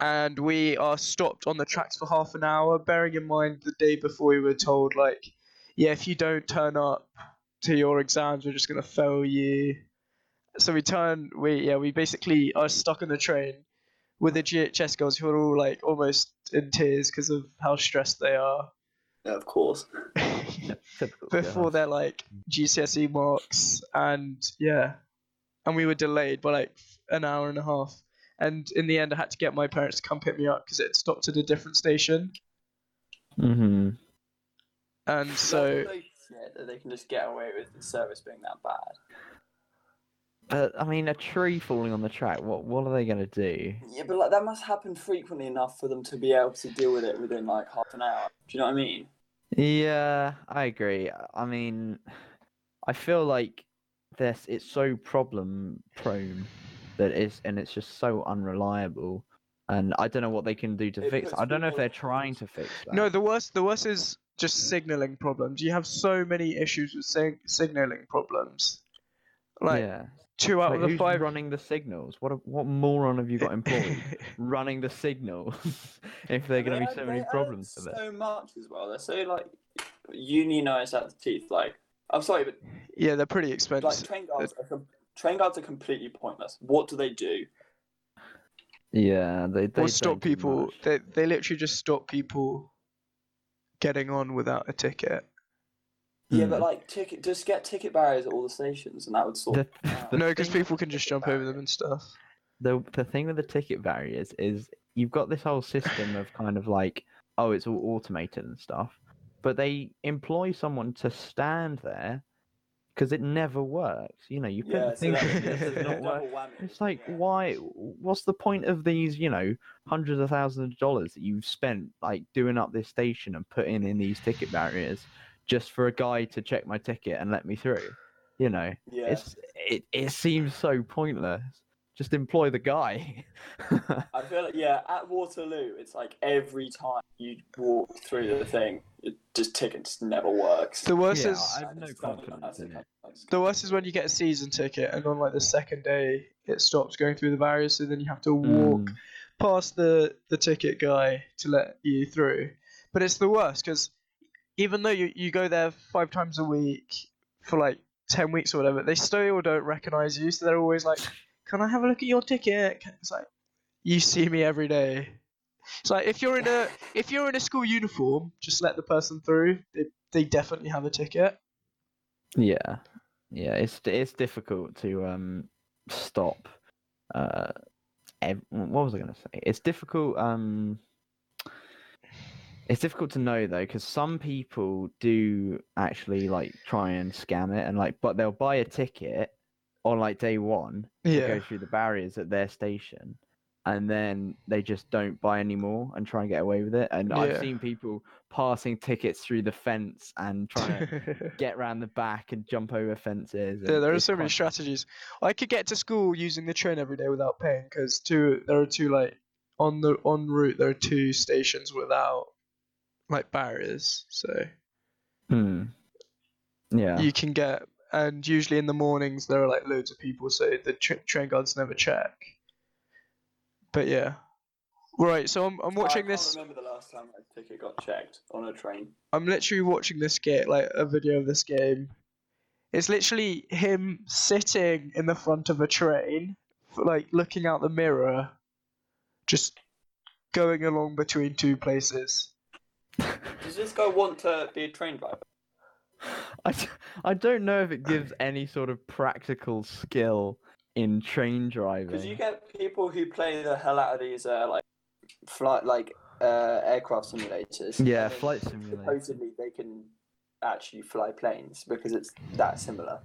Speaker 1: and we are stopped on the tracks for half an hour. Bearing in mind the day before we were told, like, yeah, if you don't turn up to your exams, we're just gonna fail you. So we turn. We yeah, we basically are stuck on the train with the GHS girls who are all like almost in tears because of how stressed they are
Speaker 2: Yeah, of course.
Speaker 3: Typical. yeah.
Speaker 1: before their like GCSE E marks and yeah, and we were delayed by like an hour and a half. And in the end, I had to get my parents to come pick me up because it stopped at a different station.
Speaker 3: Mhm.
Speaker 1: And so
Speaker 2: That's so shit that they can just get away with the service being that bad.
Speaker 3: But I mean, a tree falling on the track. What what are they gonna do?
Speaker 2: Yeah, but like that must happen frequently enough for them to be able to deal with it within like half an hour. Do you know what I mean?
Speaker 3: Yeah, I agree. I mean, I feel like this it's so problem prone that it's and it's just so unreliable. And I don't know what they can do to
Speaker 2: It
Speaker 3: fix. it.
Speaker 2: puts
Speaker 3: I don't know if
Speaker 2: people
Speaker 3: they're
Speaker 2: in
Speaker 3: trying
Speaker 2: problems.
Speaker 3: to fix that.
Speaker 1: no, the worst the worst is just signaling problems. You have so many issues with sig- signaling problems. Like
Speaker 3: yeah.
Speaker 1: two out
Speaker 3: Wait,
Speaker 1: of the
Speaker 3: who's
Speaker 1: five.
Speaker 3: running the signals? What a, what moron have you got employed? running the signals. if there are
Speaker 2: They
Speaker 3: going to be
Speaker 2: add-
Speaker 3: so
Speaker 2: they
Speaker 3: many
Speaker 2: add
Speaker 3: problems to this.
Speaker 2: So much as well. They're so like unionized out the teeth. Like I'm sorry, but
Speaker 1: yeah, they're pretty
Speaker 2: like
Speaker 1: expensive.
Speaker 2: train guards are com- train guards are completely pointless. What do they do?
Speaker 3: Yeah, they they
Speaker 1: Or
Speaker 3: don't
Speaker 1: stop
Speaker 3: do
Speaker 1: people.
Speaker 3: much.
Speaker 1: They they literally just stop people getting on without a ticket.
Speaker 2: Yeah,
Speaker 3: Hmm.
Speaker 2: but like ticket, just get ticket barriers at all the stations, and that would sort.
Speaker 3: The-
Speaker 2: it
Speaker 3: the
Speaker 2: out.
Speaker 1: no, because
Speaker 3: thing-
Speaker 1: people can just jump over them and stuff.
Speaker 3: the the thing with the ticket barriers is you've got this whole system of kind of like oh it's all automated and stuff but they employ someone to stand there because it never works you know you put
Speaker 2: Yeah,
Speaker 3: the
Speaker 2: so
Speaker 3: thing
Speaker 2: that,
Speaker 1: that-
Speaker 3: this
Speaker 1: that's
Speaker 3: does
Speaker 1: a
Speaker 3: not
Speaker 2: double
Speaker 3: work
Speaker 2: whammy.
Speaker 3: it's like
Speaker 2: yeah.
Speaker 3: why what's the point of these you know hundreds of thousands of dollars that you've spent like doing up this station and putting in these ticket barriers just for a guy to check my ticket and let me through you know
Speaker 2: Yeah.
Speaker 3: it's it, it seems so pointless. Just employ the guy. Mm,
Speaker 2: I feel like yeah, at Waterloo, it's like every time you walk through the thing, it just ticket just never works.
Speaker 1: The worst
Speaker 3: Yeah,
Speaker 1: is
Speaker 3: I have no
Speaker 2: It's not-
Speaker 3: confidence in it.
Speaker 2: that's-
Speaker 1: the worst is when you get a season ticket and on like the second day it stops going through the barriers, so then you have to walk
Speaker 3: Mm.
Speaker 1: past the the ticket guy to let you through. But it's the worst because even though you, you go there five times a week for like ten weeks or whatever, they still don't recognize you. So they're always like, "Can I have a look at your ticket?" It's like you see me every day. It's like if you're in a if you're in a school uniform, just let the person through. They they definitely have a ticket.
Speaker 3: Yeah, yeah. It's it's difficult to um stop. Uh, ev- what was I gonna say? It's difficult. Um, it's difficult to know though because some people do actually like try and scam it and like, but they'll buy a ticket on like day one to
Speaker 1: Yeah.
Speaker 3: go through the barriers at their station and then they just don't buy anymore and try and get away with it and
Speaker 1: Yeah.
Speaker 3: i've seen people passing tickets through the fence and trying to
Speaker 1: yeah,
Speaker 3: get round the back and jump over fences and
Speaker 1: there are
Speaker 3: it's
Speaker 1: so many
Speaker 3: quite-
Speaker 1: strategies. I could get to school using the train every day without paying because two there are two like on the en route there are two stations without like barriers, so
Speaker 3: Hmm. yeah
Speaker 1: you can get and usually in the mornings there are like loads of people, so the tra- train guards never check. But yeah, right. So I'm I'm watching
Speaker 2: I
Speaker 1: this.
Speaker 2: can't remember the last time my ticket got checked on a train.
Speaker 1: I'm literally watching this game, like a video of this game. It's literally him sitting in the front of a train, f- like looking out the mirror, just going along between two places.
Speaker 2: Does this guy want to be a train driver?
Speaker 3: I, d- I don't know if it gives any sort of practical skill in train driving
Speaker 2: Because you get people who play the hell out of these uh, like flight like uh, aircraft simulators. and
Speaker 3: yeah
Speaker 2: then
Speaker 3: flight simulator
Speaker 2: Supposedly they can actually fly planes because it's that similar.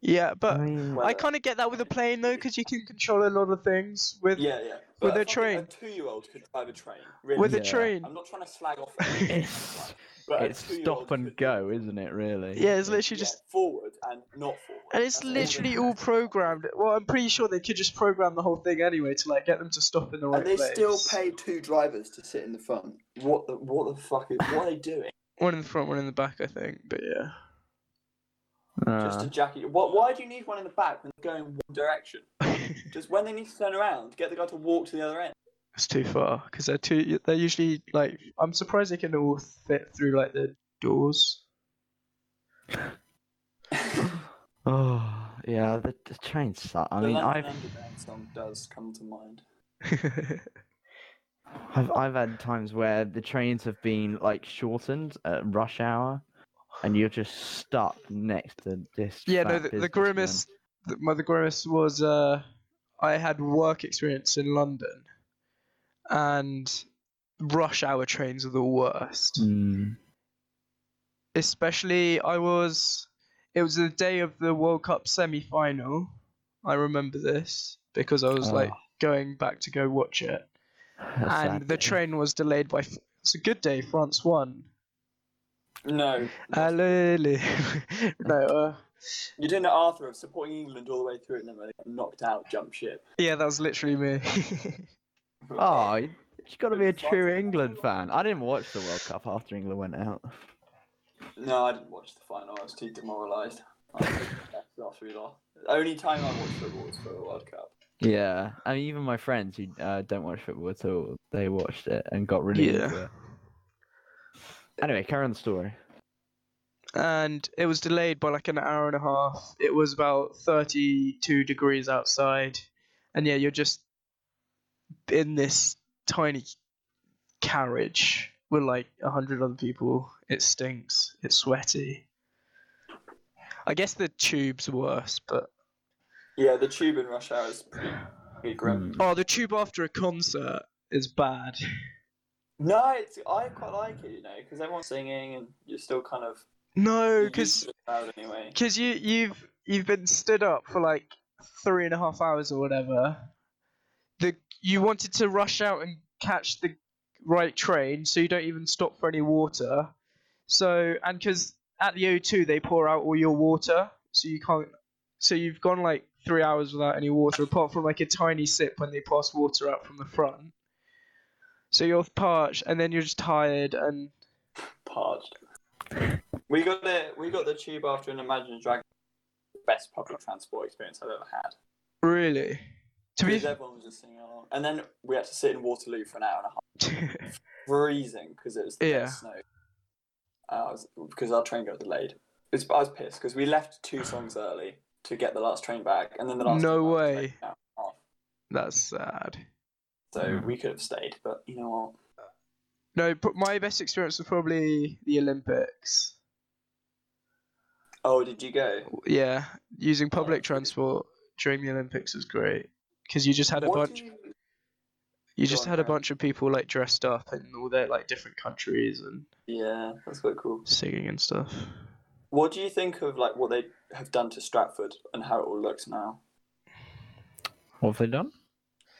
Speaker 1: Yeah, but
Speaker 3: mean,
Speaker 1: I
Speaker 2: whether-
Speaker 1: kind of get that with a plane though, because you can control a lot of things with
Speaker 2: Yeah, yeah.
Speaker 1: With a
Speaker 2: fucking-
Speaker 1: train.
Speaker 2: a two-year-old could drive a train. Really.
Speaker 1: with a
Speaker 3: Yeah.
Speaker 1: train.
Speaker 2: I'm not trying to slag off.
Speaker 3: it's,
Speaker 2: but a
Speaker 3: it's
Speaker 2: two-year-old
Speaker 3: stop and
Speaker 2: could-
Speaker 3: go isn't it really
Speaker 1: Yeah, it's
Speaker 3: It's-
Speaker 1: literally
Speaker 2: yeah,
Speaker 1: just,
Speaker 2: forward and not forward.
Speaker 1: and it's
Speaker 2: That's all they
Speaker 1: literally
Speaker 2: do.
Speaker 1: all programmed. Well, I'm pretty sure they could just program the whole thing anyway to like get them to stop in the right
Speaker 2: And they
Speaker 1: place.
Speaker 2: still pay two drivers to sit in the front. What the what the fuck is what are they doing?
Speaker 1: one in the front, one in the back, I think. But yeah.
Speaker 2: Just
Speaker 3: Uh.
Speaker 2: to jacket. What? Why do you need one in the back when they're going one direction? Just when they need to turn around, get the guy to walk to the other end.
Speaker 1: It's too far because they're too. They're usually like. I'm surprised they can all fit through like the doors.
Speaker 3: Oh yeah, the, the train sucks. I
Speaker 2: The
Speaker 3: mean,
Speaker 2: London
Speaker 3: I've
Speaker 2: Underground song does come to mind.
Speaker 3: I've I've had times where the trains have been like shortened at rush hour, and you're just stuck next to this.
Speaker 1: yeah, no, the,
Speaker 3: fat
Speaker 1: the
Speaker 3: businessman.
Speaker 1: grimace. The, my the grimace was uh, I had work experience in London, and rush hour trains are the worst.
Speaker 3: Mm.
Speaker 1: especially I was it was the day of the World Cup semi final. I remember this because I was like
Speaker 3: Oh.
Speaker 1: going back to go watch it.
Speaker 3: A
Speaker 1: and
Speaker 3: sad
Speaker 1: the
Speaker 3: day.
Speaker 1: train was delayed by f- it's a good day, France won.
Speaker 2: No.
Speaker 3: Uh,
Speaker 1: Hallelujah. no, uh,
Speaker 2: You're doing it, Arthur, of supporting England all the way through and then when they got knocked out, jump ship.
Speaker 1: yeah, that was literally me.
Speaker 3: Oh, you has got to be a true England fan. I didn't watch the World Cup after England went out.
Speaker 2: No, I didn't watch the final. I was too demoralised. I was like, after we lost. The only time I watched football was for the World Cup.
Speaker 3: Yeah, I mean, even my friends who uh, don't watch football at all, they watched it and got really
Speaker 1: Yeah.
Speaker 3: into it. Anyway, carry on the story.
Speaker 1: and it was delayed by like an hour and a half. It was about 32 degrees outside, and yeah, you're just in this tiny carriage with like a hundred other people. It stinks. It's sweaty. I guess the tube's worse, but
Speaker 2: Yeah, the tube in rush hour is pretty, pretty grim.
Speaker 3: Mm.
Speaker 1: oh, the tube after a concert is bad.
Speaker 2: No, it's I quite like it, you know, because everyone's singing and you're still kind of
Speaker 1: No,
Speaker 2: you're used
Speaker 1: because
Speaker 2: to the crowd anyway.
Speaker 1: Because you you've you've been stood up for like three and a half hours or whatever. The you wanted to rush out and catch the right train, so you don't even stop for any water. So and because at the O2 they pour out all your water, so you can't. So you've gone like three hours without any water, apart from like a tiny sip when they pass water out from the front. So you're parched, and then you're just tired, and
Speaker 2: Parched. We got the we got the tube after an Imagine Dragon. Best public transport experience I've ever had.
Speaker 1: really, to
Speaker 2: Because
Speaker 1: be
Speaker 2: everyone was just singing along, and then we had to sit in Waterloo for an hour and a half, freezing because it was the
Speaker 1: Yeah.
Speaker 2: yeah. snow. Uh, I was, because our train got delayed. It was, I was pissed because we left two songs early to get the last train back, and then the last
Speaker 1: No
Speaker 2: train back was
Speaker 1: way.
Speaker 2: like an hour and a half.
Speaker 1: that's sad.
Speaker 2: So
Speaker 3: Mm.
Speaker 2: we could have stayed, but you know what?
Speaker 1: No, but my best experience was probably the Olympics.
Speaker 2: Oh, did you go?
Speaker 1: Yeah, using public
Speaker 2: that's good.
Speaker 1: transport during the Olympics was great because you just had a
Speaker 2: What do
Speaker 1: bunch. You,
Speaker 2: you- go
Speaker 1: just
Speaker 2: on,
Speaker 1: had a
Speaker 2: carry on.
Speaker 1: bunch of people like dressed up in all their like different countries and
Speaker 2: Yeah, that's quite cool.
Speaker 1: singing and stuff.
Speaker 2: What do you think of like what they have done to Stratford and how it all looks now?
Speaker 3: What have they done?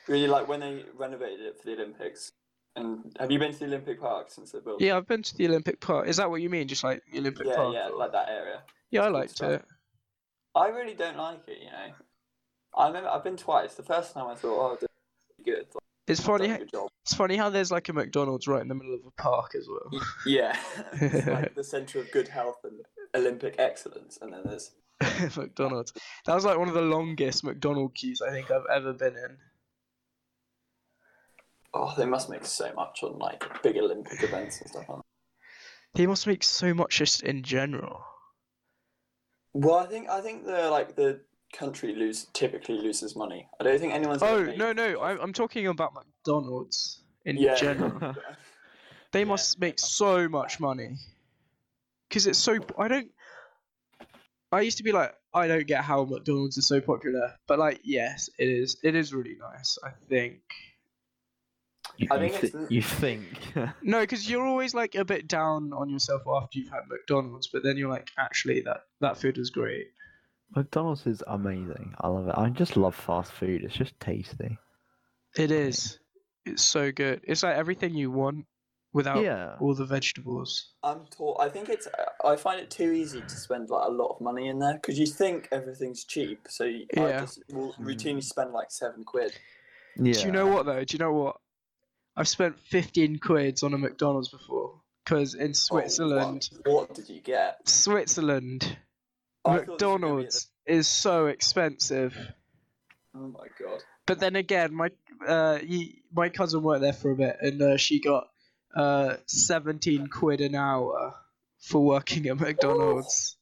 Speaker 2: Really, like when they renovated it for the Olympics. And have you been to the Olympic Park since they built?
Speaker 1: Yeah, I've been to the Olympic Park. Is that what you mean? Just like the Olympic
Speaker 2: yeah,
Speaker 1: Park?
Speaker 2: yeah, like that area.
Speaker 1: Yeah, I
Speaker 2: cool
Speaker 1: liked
Speaker 2: stuff.
Speaker 1: it.
Speaker 2: I really don't like it, you know. I remember I've been twice. The first time I thought, oh, this is good. Like,
Speaker 1: It's
Speaker 2: I've
Speaker 1: funny.
Speaker 2: done a good job.
Speaker 1: It's funny how there's like a McDonald's right in the middle of a park as well.
Speaker 2: Yeah, it's like the centre of good health and Olympic excellence, and then there's
Speaker 1: McDonald's. That was like one of the longest McDonald queues I think I've ever been in.
Speaker 2: oh, they must make so much on like big Olympic events and stuff. aren't
Speaker 1: He must make so much just in general.
Speaker 2: they? Well, I think I think the like the country lose typically loses money. I don't think anyone's. ever
Speaker 1: Oh
Speaker 2: made-
Speaker 1: no no, I'm I'm talking about McDonald's in
Speaker 2: Yeah.
Speaker 1: general. They
Speaker 2: Yeah.
Speaker 1: must make so much money because it's so. I don't. I used to be like, I don't get how McDonald's is so popular, but like, yes, it is. It is really nice, I think.
Speaker 3: You,
Speaker 2: I think
Speaker 3: thi-
Speaker 2: it's-
Speaker 3: you think.
Speaker 1: No, because you're always like a bit down on yourself after you've had McDonald's, but then you're like, actually, that that food was great.
Speaker 3: McDonald's is amazing. I love it. I just love fast food. It's just tasty.
Speaker 1: It is. It's so good. It's like everything you want without
Speaker 3: yeah.
Speaker 1: all the vegetables.
Speaker 2: I'm taught. I think it's. I find it too easy to spend like a lot of money in there because you think everything's cheap, so you,
Speaker 1: Yeah.
Speaker 2: I just will routinely spend like seven quid.
Speaker 3: Yeah.
Speaker 1: Do you know what though? Do you know what? I've spent 15 quids on a McDonald's before because in Switzerland,
Speaker 2: Oh, what, what did you get?
Speaker 1: Switzerland,
Speaker 2: I thought this was gonna be at
Speaker 1: McDonald's is so expensive.
Speaker 2: the- Oh my god.
Speaker 1: But then again, my uh, ye- my cousin worked there for a bit and uh, she got uh, 17 quid an hour for working at McDonald's,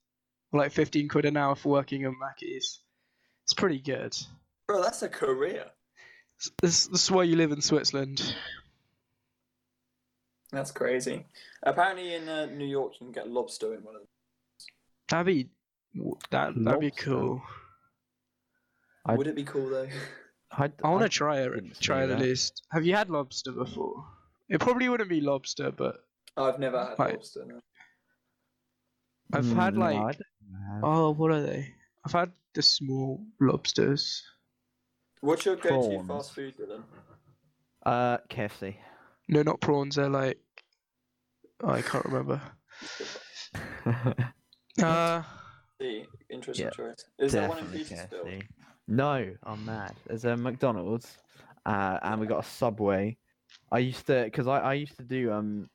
Speaker 1: like 15 quid an hour for working at Mackey's. It's pretty good.
Speaker 2: Bro, that's a career.
Speaker 1: This, this is why you live in Switzerland.
Speaker 2: That's crazy. Apparently, in uh, New York, you can get lobster in one of them.
Speaker 1: That'd be that that'd be
Speaker 3: Lobster.
Speaker 1: cool.
Speaker 3: I'd-
Speaker 2: Would it be cool though?
Speaker 3: I'd,
Speaker 1: I want to
Speaker 3: I'd-
Speaker 1: try it.
Speaker 3: wouldn't say
Speaker 1: Try it at
Speaker 3: that.
Speaker 1: least. Have you had lobster before? It probably wouldn't be lobster, but
Speaker 2: I've never had
Speaker 1: Right.
Speaker 2: lobster. No.
Speaker 1: I've had,
Speaker 3: Mm, no, I
Speaker 1: like-
Speaker 3: don't have.
Speaker 1: oh, what are they? I've had the small lobsters.
Speaker 2: What's your go-to
Speaker 3: Prawns.
Speaker 2: fast food, Dylan?
Speaker 1: Oh.
Speaker 3: Uh, KFC.
Speaker 1: No, not prawns. They're like I can't remember. Uh,
Speaker 2: See, interesting
Speaker 3: Yeah,
Speaker 2: choice. Is there one in
Speaker 3: Definitely
Speaker 2: Petersfield?
Speaker 3: KFC. No, I'm mad. There's a McDonald's, uh, and we got a Subway. I used to, cause I, I used to do um,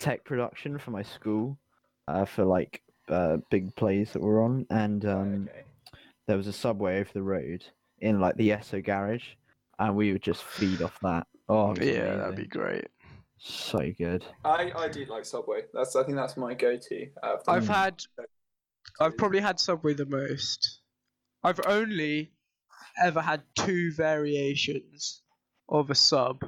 Speaker 3: tech production for my school, uh, for like uh, big plays that were on, and
Speaker 2: Right,
Speaker 3: um,
Speaker 2: okay.
Speaker 3: there was a Subway over the road in like the ESO garage, and we would just feed off that. Oh, it was
Speaker 1: yeah, that'd be
Speaker 3: amazing.
Speaker 1: great.
Speaker 3: so good.
Speaker 2: I, I do like Subway. That's I think that's my go-to. uh, out of the
Speaker 1: I've
Speaker 3: Mm.
Speaker 1: had I've
Speaker 2: food.
Speaker 1: probably had Subway the most. I've only ever had two variations of a sub.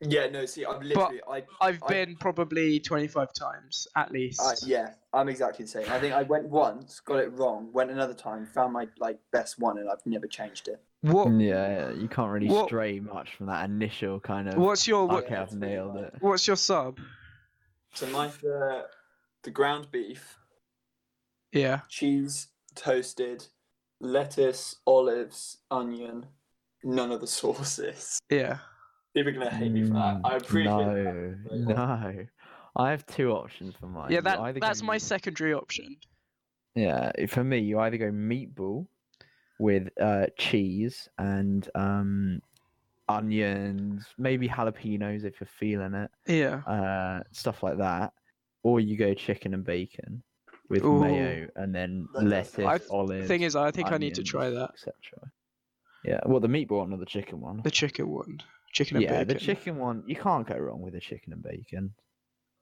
Speaker 2: Yeah, no. See, I'm literally. I,
Speaker 1: I've
Speaker 2: I-
Speaker 1: been probably 25 times at least.
Speaker 2: I yeah, I'm exactly the same. I think I went once, got it wrong. Went another time, found my like best one, and I've never changed it.
Speaker 1: What
Speaker 3: Hmm. yeah, you can't really
Speaker 1: what-
Speaker 3: stray much from that initial kind of.
Speaker 1: what's your what,
Speaker 3: okay, I've nailed it.
Speaker 1: what's your sub?
Speaker 2: So mine's uh, the ground beef,
Speaker 1: Yeah.
Speaker 2: cheese toasted, lettuce, olives, onion, none of the sauces.
Speaker 1: Yeah.
Speaker 2: People are gonna hate me for that. I
Speaker 3: Mm,
Speaker 2: appreciate
Speaker 3: no,
Speaker 2: that. but-
Speaker 3: No, I have two options for mine.
Speaker 1: Yeah,
Speaker 3: You
Speaker 1: that
Speaker 3: either go
Speaker 1: that's my
Speaker 3: meat-
Speaker 1: secondary option.
Speaker 3: Yeah, i- for me, you either go meatball with uh, cheese and um, onions, maybe jalapenos if you're feeling it,
Speaker 1: Yeah.
Speaker 3: uh, stuff like that, or you go chicken and bacon with
Speaker 1: Ooh.
Speaker 3: mayo and then
Speaker 2: That does-
Speaker 3: lettuce,
Speaker 2: I-
Speaker 1: The
Speaker 3: olives.
Speaker 1: thing is, I think I need to try that.
Speaker 3: etc. Yeah, well, the meatball one or the chicken one?
Speaker 1: The chicken one. Chicken and
Speaker 3: yeah,
Speaker 1: bacon.
Speaker 3: the chicken one. You can't go wrong with the chicken and bacon.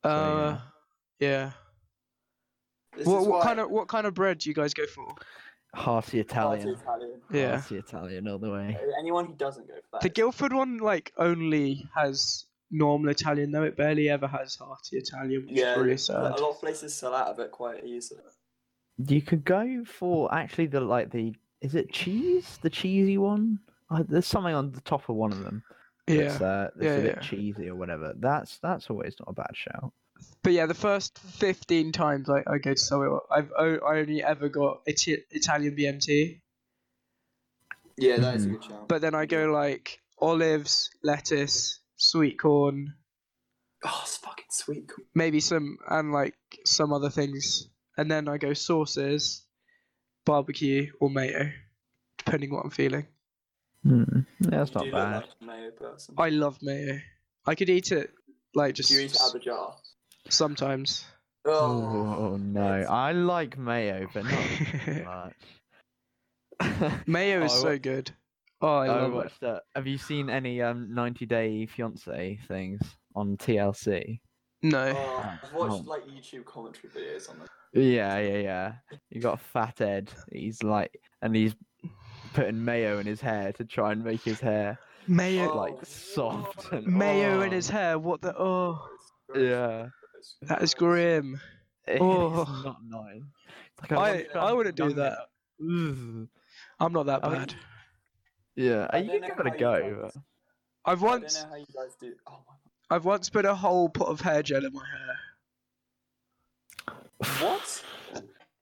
Speaker 1: Uh, yeah.
Speaker 2: This
Speaker 1: What,
Speaker 2: is
Speaker 1: what
Speaker 2: why
Speaker 1: kind of what kind of bread do you guys go for?
Speaker 3: Hearty
Speaker 2: I'm
Speaker 3: Italian.
Speaker 2: Italian.
Speaker 1: Yeah.
Speaker 3: Hearty Italian all the way.
Speaker 2: Anyone who doesn't go for that.
Speaker 1: The
Speaker 2: is-
Speaker 1: Guildford one, like, only has normal Italian, though it barely ever has hearty Italian, which
Speaker 2: yeah,
Speaker 1: is really
Speaker 2: a-
Speaker 1: sad.
Speaker 2: a lot of places sell out of it quite easily.
Speaker 3: You could go for actually the like the is it cheese? The cheesy one? Uh, there's something on the top of one of them.
Speaker 1: Yeah,
Speaker 3: That's, uh, that's
Speaker 1: Yeah,
Speaker 3: a bit
Speaker 1: yeah.
Speaker 3: cheesy or whatever. That's that's always not a bad shout.
Speaker 1: but yeah, the first fifteen times I, I go to Subway, I've o- I only ever got Iti- Italian BMT,
Speaker 2: Yeah, that is a
Speaker 3: Mhm.
Speaker 2: good shout.
Speaker 1: Mm. but then I go like olives, lettuce, sweet corn,
Speaker 2: oh, it's fucking sweet. corn.
Speaker 1: maybe some and like some other things, and then I go sauces, barbecue or mayo, depending what I'm feeling.
Speaker 3: Hmm, That's
Speaker 2: You
Speaker 3: not
Speaker 2: do look
Speaker 3: bad.
Speaker 2: like a mayo person.
Speaker 1: I love mayo. I could eat it like just
Speaker 2: Do you eat out of the jar?
Speaker 1: sometimes.
Speaker 3: Oh no,
Speaker 2: it's-
Speaker 3: I like mayo, but not too much.
Speaker 1: Mayo is
Speaker 3: I
Speaker 1: so
Speaker 3: wa-
Speaker 1: good. Oh, I
Speaker 3: I
Speaker 1: love it.
Speaker 3: watched. Uh, have you seen any um 90 Day Fiance things on TLC?
Speaker 1: No.
Speaker 2: Oh, I've watched
Speaker 3: Oh.
Speaker 2: like YouTube commentary videos on them.
Speaker 3: Yeah, yeah, yeah. You got Fat Ed. He's like, and he's putting mayo in his hair to try and make his hair
Speaker 1: Mayo
Speaker 2: Oh,
Speaker 3: like
Speaker 2: what?
Speaker 3: soft and
Speaker 1: mayo in
Speaker 3: oh,
Speaker 1: his hair. What the oh
Speaker 2: It's gross.
Speaker 3: Yeah,
Speaker 2: It's
Speaker 1: that is
Speaker 2: gross.
Speaker 1: grim.
Speaker 3: it's
Speaker 1: Oh.
Speaker 3: not nice. It's like
Speaker 1: I
Speaker 3: once
Speaker 1: I
Speaker 3: found
Speaker 1: wouldn't do
Speaker 3: young-
Speaker 1: that.
Speaker 3: Ugh.
Speaker 1: I'm not that
Speaker 3: I mean-
Speaker 1: bad.
Speaker 3: Yeah,
Speaker 2: I
Speaker 3: you
Speaker 2: don't
Speaker 3: can
Speaker 2: know
Speaker 3: give it
Speaker 2: how
Speaker 3: a
Speaker 2: you
Speaker 3: go.
Speaker 2: guys-
Speaker 3: but-
Speaker 1: I've
Speaker 2: I
Speaker 1: once
Speaker 2: don't know how you guys do. Oh my
Speaker 1: I've once put a whole pot of hair gel in my hair.
Speaker 2: god. What?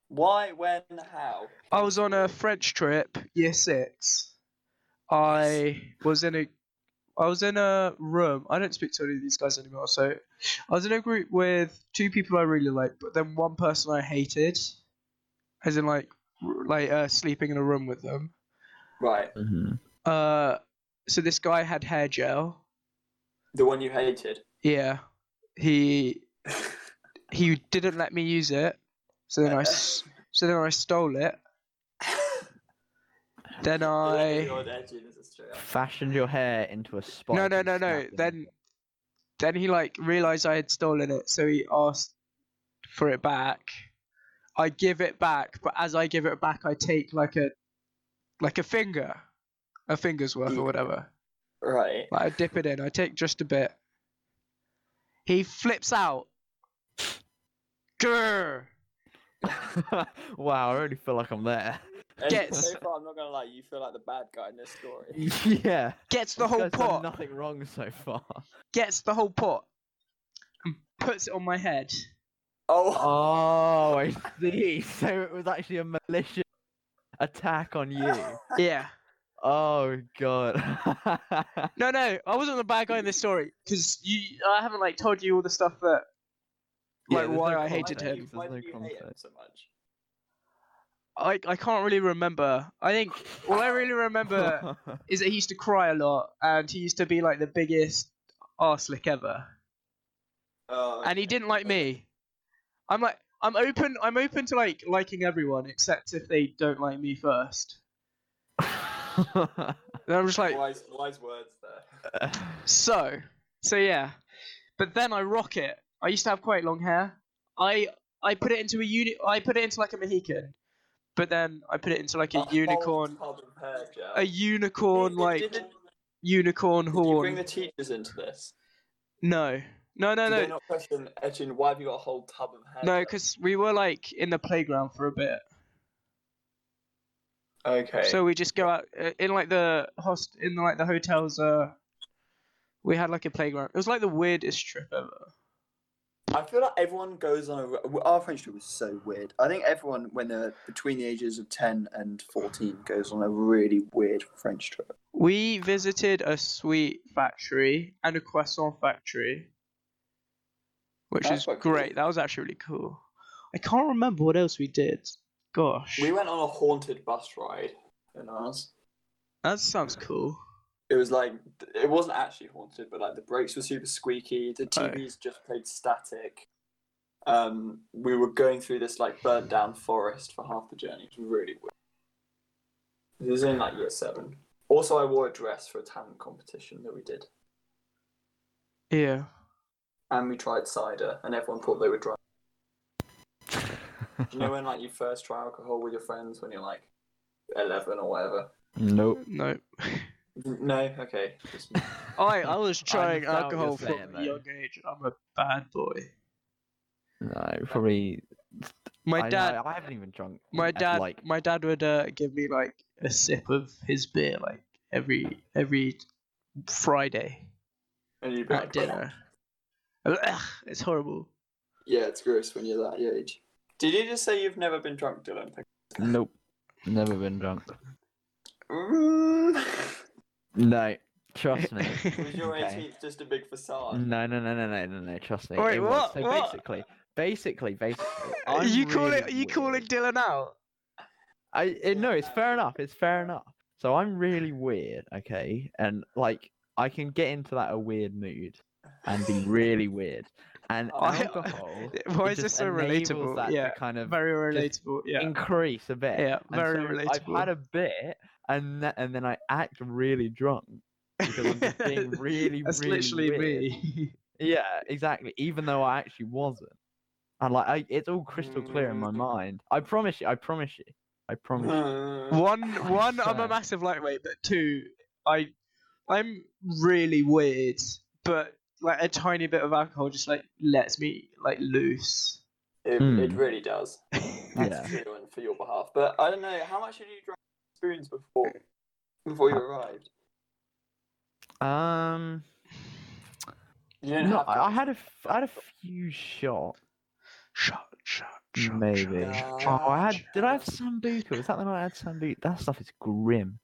Speaker 2: Why? When? How?
Speaker 1: I was on a French trip, year six. I was in a I was in a room. I don't speak to any of these guys anymore, so I was in a group with two people I really liked, but then one person I hated, as in like r- like uh, sleeping in a room with them.
Speaker 2: Right.
Speaker 3: Mm-hmm.
Speaker 1: Uh, so this guy had hair gel.
Speaker 2: The one you hated.
Speaker 1: Yeah, he he didn't let me use it. So then I s- so then I stole it. Then I.
Speaker 2: You're an edgy, this is true.
Speaker 3: Fashioned your hair into a spike.
Speaker 1: No, no,
Speaker 3: and
Speaker 1: no, no.
Speaker 3: snapped it.
Speaker 1: Then, then he like realized I had stolen it, so he asked for it back. I give it back, but as I give it back, I take like a, like a finger, a finger's worth or whatever.
Speaker 2: Right.
Speaker 1: Like I dip it in, I take just a bit. He flips out. Grr!
Speaker 3: wow, I already feel like I'm there.
Speaker 2: And
Speaker 1: Gets-
Speaker 2: So far, I'm not gonna lie. You feel like the bad guy in this story.
Speaker 3: yeah.
Speaker 1: Gets the
Speaker 3: this
Speaker 1: whole
Speaker 3: guy's done
Speaker 1: pot.
Speaker 3: Nothing wrong so far.
Speaker 1: Gets the whole pot. And puts it on my head.
Speaker 2: Oh,
Speaker 3: Oh, I see. So it was actually a malicious attack on you.
Speaker 1: Yeah.
Speaker 3: Oh god.
Speaker 1: No, no, I wasn't the bad guy in this story because you. I haven't like told you all the stuff that
Speaker 3: Yeah,
Speaker 1: like
Speaker 3: there's
Speaker 1: why
Speaker 3: no
Speaker 1: I hated
Speaker 3: context.
Speaker 1: him.
Speaker 3: There's
Speaker 2: Why
Speaker 3: no
Speaker 2: do you hate him
Speaker 3: context.
Speaker 2: so much?
Speaker 1: I I can't really remember. I think all I really remember is that he used to cry a lot and he used to be like the biggest arse lick ever.
Speaker 2: Oh,
Speaker 1: And he
Speaker 2: okay.
Speaker 1: didn't like me. I'm like I'm open I'm open to like liking everyone except if they don't like me first. And I'm just like
Speaker 2: wise, wise words there.
Speaker 1: so so yeah. But then I rock it. I used to have quite long hair. I I put it into a uni I put it into like a Mohican. But then I put it into like a
Speaker 2: whole
Speaker 1: unicorn
Speaker 2: tub of hair gel.
Speaker 1: a unicorn
Speaker 2: Oh. Did-
Speaker 1: like
Speaker 2: Did, the- did
Speaker 1: unicorn
Speaker 2: you
Speaker 1: horn.
Speaker 2: bring the teachers into this?
Speaker 1: No. No, no,
Speaker 2: Did
Speaker 1: no.
Speaker 2: they not question Edgin? Why have you got a whole tub of hair?
Speaker 1: No,
Speaker 2: gel?
Speaker 1: because we were like in the playground for a bit,
Speaker 2: okay.
Speaker 1: so we just go out uh, in like the host in like the hotels. Uh, we had like a playground. It was like the weirdest trip ever.
Speaker 2: I feel like
Speaker 4: Everyone goes on a. r- Our friendship was so weird. I think everyone, when they're between the ages of 10 and 14, goes on a really weird French trip.
Speaker 1: We visited a sweet factory and a croissant factory, which
Speaker 2: That's
Speaker 1: is
Speaker 2: quite cool.
Speaker 1: great. That was actually really cool. I can't remember what else we did. Gosh,
Speaker 2: we went on a haunted bus ride in ours.
Speaker 1: that sounds cool.
Speaker 2: It was like it wasn't actually haunted, but like the brakes were super squeaky. The
Speaker 1: Oh.
Speaker 2: TVs just played static. Um, we were going through this like burnt down forest for half the journey. It was really weird. It was in like year seven. Also, I wore a dress for a talent competition that we did,
Speaker 1: Yeah,
Speaker 2: and we tried cider, and everyone thought they were drunk. You know when like you first try alcohol with your friends when you're like eleven or whatever.
Speaker 3: nope.
Speaker 1: no,
Speaker 2: No, okay. Just-
Speaker 1: I I was trying
Speaker 3: understand what
Speaker 1: alcohol
Speaker 3: you're
Speaker 1: from
Speaker 3: saying,
Speaker 1: a
Speaker 3: though.
Speaker 1: young age. I'm a bad boy.
Speaker 3: No, probably.
Speaker 1: My
Speaker 3: I-
Speaker 1: dad
Speaker 3: I, haven't even drunk.
Speaker 1: my
Speaker 3: at,
Speaker 1: dad
Speaker 3: Like,
Speaker 1: my dad would uh, give me like a sip of his beer like every every friday
Speaker 2: and you'd be
Speaker 1: at
Speaker 2: like,
Speaker 1: dinner Ugh, it's horrible
Speaker 2: Yeah, it's gross when you're that age. Did you just say you've never been drunk, Dylan?
Speaker 3: nope. Never been drunk.
Speaker 2: Mm.
Speaker 3: No, trust me.
Speaker 2: Was your
Speaker 3: Okay.
Speaker 2: 18th just a big facade?
Speaker 3: No, no, no, no, no, no, no. Trust me.
Speaker 1: Wait,
Speaker 3: it was.
Speaker 1: what-
Speaker 3: So
Speaker 1: what?
Speaker 3: basically, basically, basically, I'm
Speaker 1: you call it
Speaker 3: really
Speaker 1: you call
Speaker 3: weird.
Speaker 1: it dylan out
Speaker 3: I it, no, it's fair enough. It's fair enough. So I'm really weird, okay, and like I can get into that a weird mood and be really weird, and
Speaker 2: I-
Speaker 3: alcohol.
Speaker 1: Oh, why
Speaker 3: it
Speaker 1: is this
Speaker 3: just
Speaker 1: so
Speaker 3: enables
Speaker 1: relatable
Speaker 3: that to
Speaker 1: yeah
Speaker 3: kind of
Speaker 1: very
Speaker 3: just
Speaker 1: relatable yeah
Speaker 3: increase a bit.
Speaker 1: yeah
Speaker 3: And
Speaker 1: very
Speaker 3: so
Speaker 1: relatable
Speaker 3: I've had a bit, and th- and then I act really drunk because I'm just being really,
Speaker 1: that's
Speaker 3: really
Speaker 1: literally
Speaker 3: weird.
Speaker 1: me
Speaker 3: Yeah, exactly. Even though I actually wasn't, and like I, it's all crystal clear in my
Speaker 2: Mm.
Speaker 3: mind. I promise you. I promise you. I promise. you.
Speaker 2: Mm.
Speaker 1: one one i'm a
Speaker 3: Fair.
Speaker 1: massive lightweight but two i i'm really weird but like a tiny bit of alcohol just like lets me like loose
Speaker 2: It,
Speaker 3: Hmm.
Speaker 2: it really does.
Speaker 3: Yeah.
Speaker 2: That's true and for your behalf. But I don't know, how much did you drink spoons before before you arrived?
Speaker 3: Um,
Speaker 2: You didn't
Speaker 3: no,
Speaker 2: have
Speaker 3: I I
Speaker 2: to-
Speaker 3: had a, f- I had a few shots,
Speaker 1: Shut, shut, shut.
Speaker 3: maybe.
Speaker 2: shot,
Speaker 3: Oh, I had. Did I have
Speaker 2: shot.
Speaker 3: sambuca? Was that the night I had sambuca? That stuff is grim.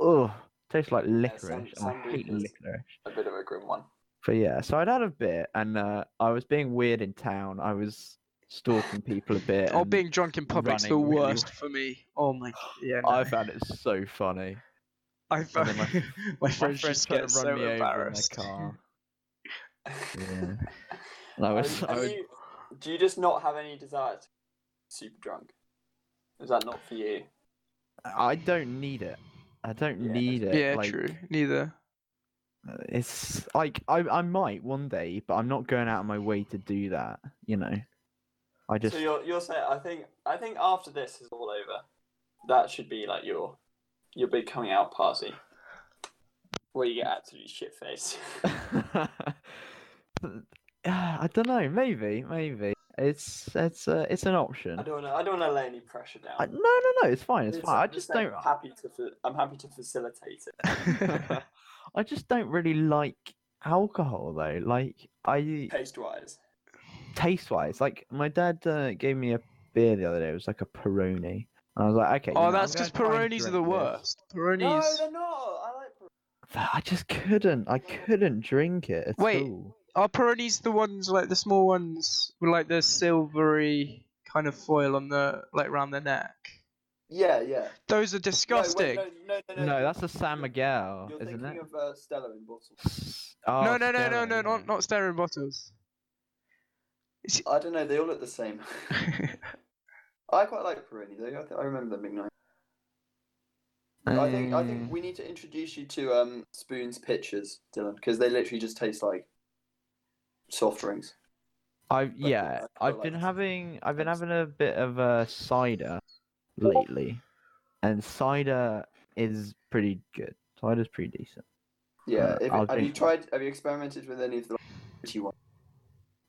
Speaker 3: Ugh, tastes like
Speaker 2: sam-
Speaker 3: licorice. and I hate
Speaker 2: sambuca's-
Speaker 3: licorice.
Speaker 2: a bit of a grim one.
Speaker 3: But yeah, so I'd had a bit, and uh, I was being weird in town. I was stalking people a bit.
Speaker 1: Oh,
Speaker 3: and
Speaker 1: being drunk in public's the
Speaker 3: running really
Speaker 1: worst
Speaker 3: well.
Speaker 1: for me. Oh my, yeah. No.
Speaker 3: I
Speaker 1: I've,
Speaker 3: found it so funny.
Speaker 1: I've,
Speaker 3: and then my-
Speaker 1: my, friends
Speaker 3: My friend
Speaker 1: just
Speaker 3: tried
Speaker 1: get
Speaker 3: to
Speaker 1: so
Speaker 3: run me over in their
Speaker 1: embarrassed.
Speaker 3: car. Yeah. And I was,
Speaker 2: Have-
Speaker 3: I
Speaker 2: have
Speaker 3: was
Speaker 2: you- do you just not have any desire to be super drunk? Is that not for you?
Speaker 3: I don't need it. I don't
Speaker 2: Yeah,
Speaker 3: need it.
Speaker 1: Yeah,
Speaker 3: like,
Speaker 1: true. Neither.
Speaker 3: uh, It's like I I might one day, but I'm not going out of my way to do that. You know, I just
Speaker 2: So you're you're saying I think I think after this is all over, that should be like your your big coming out party. where you get absolutely shit faced.
Speaker 3: I don't know. Maybe, maybe it's it's uh, it's an option.
Speaker 2: I don't want to. I don't want to lay any pressure down.
Speaker 3: I, no, no, no. It's fine. It's
Speaker 2: It's-
Speaker 3: fine. I
Speaker 2: I'm
Speaker 3: just
Speaker 2: saying
Speaker 3: don't.
Speaker 2: I'm happy to. fa- I'm happy to facilitate it.
Speaker 1: Oh,
Speaker 3: I just don't really like alcohol though. Like I
Speaker 2: Taste wise,
Speaker 3: taste wise, like my dad uh, gave me a beer the other day. It was like a Peroni, and I was like, okay. you know,
Speaker 1: Oh,
Speaker 3: I'm
Speaker 1: that's
Speaker 3: gonna
Speaker 1: because
Speaker 3: try and
Speaker 1: Peronis are
Speaker 3: drink
Speaker 1: the
Speaker 3: this.
Speaker 1: worst. Peronis.
Speaker 2: no, they're not. I like.
Speaker 3: But I just couldn't. I couldn't drink it at
Speaker 1: Wait.
Speaker 3: all.
Speaker 1: Are Peronis the ones like the small ones with like the silvery kind of foil on the like round the neck?
Speaker 2: Yeah, yeah.
Speaker 1: Those are disgusting. No,
Speaker 2: No, wait, no, no, no,
Speaker 3: No, that's a San Miguel,
Speaker 2: You're
Speaker 3: isn't
Speaker 2: thinking
Speaker 3: it?
Speaker 2: of uh, Stella in bottle.
Speaker 3: S- oh,
Speaker 1: no, no, no, no,
Speaker 3: Stella, yeah.
Speaker 1: not not staring bottles.
Speaker 2: I don't know. They all look the same. I quite like Perini though. I, think, I remember them being nice. I think I
Speaker 3: Um, Mm.
Speaker 2: think we need to introduce you to um, Spoon's pictures, Dylan, because they literally just taste like soft drinks.
Speaker 3: I've
Speaker 2: I
Speaker 3: yeah,
Speaker 2: quite
Speaker 3: I've
Speaker 2: like
Speaker 3: been
Speaker 2: it.
Speaker 3: having I've been
Speaker 2: Thanks.
Speaker 3: having a bit of a cider lately, and cider is pretty good. Cider's pretty decent.
Speaker 2: Yeah.
Speaker 3: Uh,
Speaker 2: If,
Speaker 3: I'll
Speaker 2: have you
Speaker 3: drink
Speaker 2: tried? Have you experimented with any of the like, fruity ones,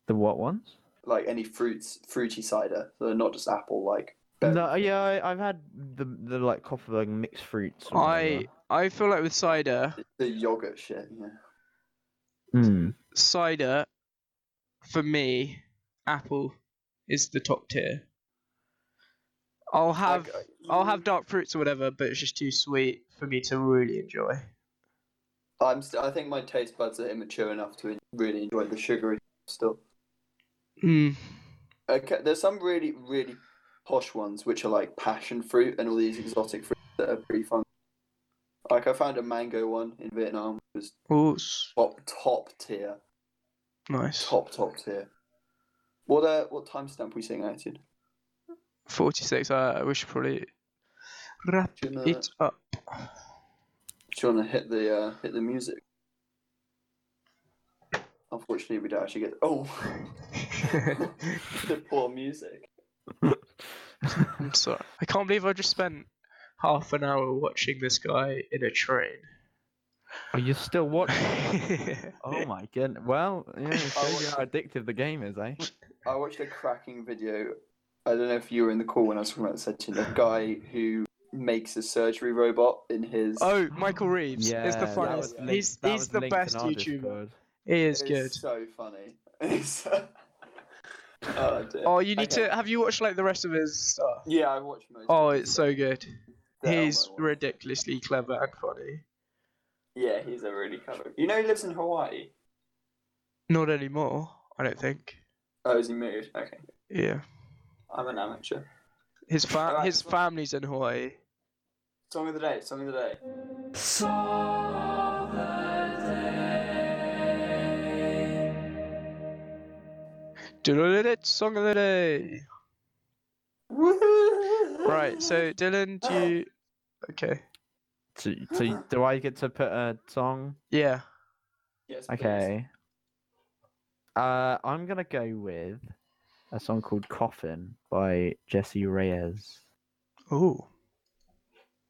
Speaker 3: The what ones?
Speaker 2: like any fruits, fruity cider? So they're not just apple like. berry.
Speaker 3: No, yeah, I, I've had the the like Kofferberg mixed fruits. or
Speaker 1: I I feel like with cider,
Speaker 2: The yogurt shit. Yeah.
Speaker 3: whatever. Mm.
Speaker 1: cider for me, apple is the top tier. I'll have
Speaker 2: Like, uh,
Speaker 1: I'll
Speaker 2: you-
Speaker 1: have dark fruits or whatever, but it's just too sweet for me to really enjoy.
Speaker 2: I'm st- I think my taste buds are immature enough to en- really enjoy the sugary still.
Speaker 1: Hmm.
Speaker 2: Okay, there's some really really posh ones which are like passion fruit and all these exotic fruits that are pretty fun. Like I found a mango one in Vietnam, which was
Speaker 1: Ooh, s-
Speaker 2: top top tier,
Speaker 1: Oh, nice.
Speaker 2: top top tier. What uh, what timestamp we seeing out in?
Speaker 1: Forty-six. Uh, we should probably wrap
Speaker 2: Do you wanna,
Speaker 1: it up.
Speaker 2: do you wanna hit the uh, hit the music? Unfortunately, we don't actually get. Oh, the poor music.
Speaker 1: I'm sorry. I can't believe I just spent half an hour watching this guy in a train.
Speaker 3: Are you still watching? oh my goodness! Well, yeah, it
Speaker 2: I
Speaker 3: shows you how addictive the game is, eh?
Speaker 2: I watched a cracking video. I don't know if you were in the call when I was talking about this. actually, The guy who makes a surgery robot in his.
Speaker 1: Oh, Michael Reeves
Speaker 3: Yeah,
Speaker 1: is the
Speaker 3: that
Speaker 1: funniest.
Speaker 3: was
Speaker 2: linked-
Speaker 1: he's
Speaker 3: that
Speaker 1: he's
Speaker 3: was
Speaker 1: the
Speaker 3: linked in
Speaker 1: best
Speaker 3: our
Speaker 1: YouTuber.
Speaker 3: Discord.
Speaker 1: He is good.
Speaker 2: so funny. It's- oh, dear.
Speaker 1: Oh, you need
Speaker 2: Okay.
Speaker 1: to. Have you watched like the rest of his stuff?
Speaker 2: Yeah, I watched most. of
Speaker 1: Oh,
Speaker 2: it.
Speaker 1: it's so good.
Speaker 2: The Elmo
Speaker 1: He's
Speaker 2: one.
Speaker 1: ridiculously clever and funny.
Speaker 2: Yeah, he's a really clever. You know, he lives in Hawaii.
Speaker 1: Not anymore, I don't think.
Speaker 2: Oh, has he moved? Okay,
Speaker 1: Yeah,
Speaker 2: I'm an amateur.
Speaker 1: his fa-
Speaker 2: Alright,
Speaker 1: his
Speaker 2: so-
Speaker 1: family's in Hawaii.
Speaker 2: Song of the day. Song of the day.
Speaker 1: Dun-dun-dun-dun, Song of the day. Right, so Dylan, do you?
Speaker 3: Oh.
Speaker 1: Okay.
Speaker 3: So, so do I get to put a song?
Speaker 1: Yeah.
Speaker 2: Yes, please.
Speaker 3: Okay. Uh, I'm gonna go with a song called "Coffin" by Jesse Reyes.
Speaker 1: Oh.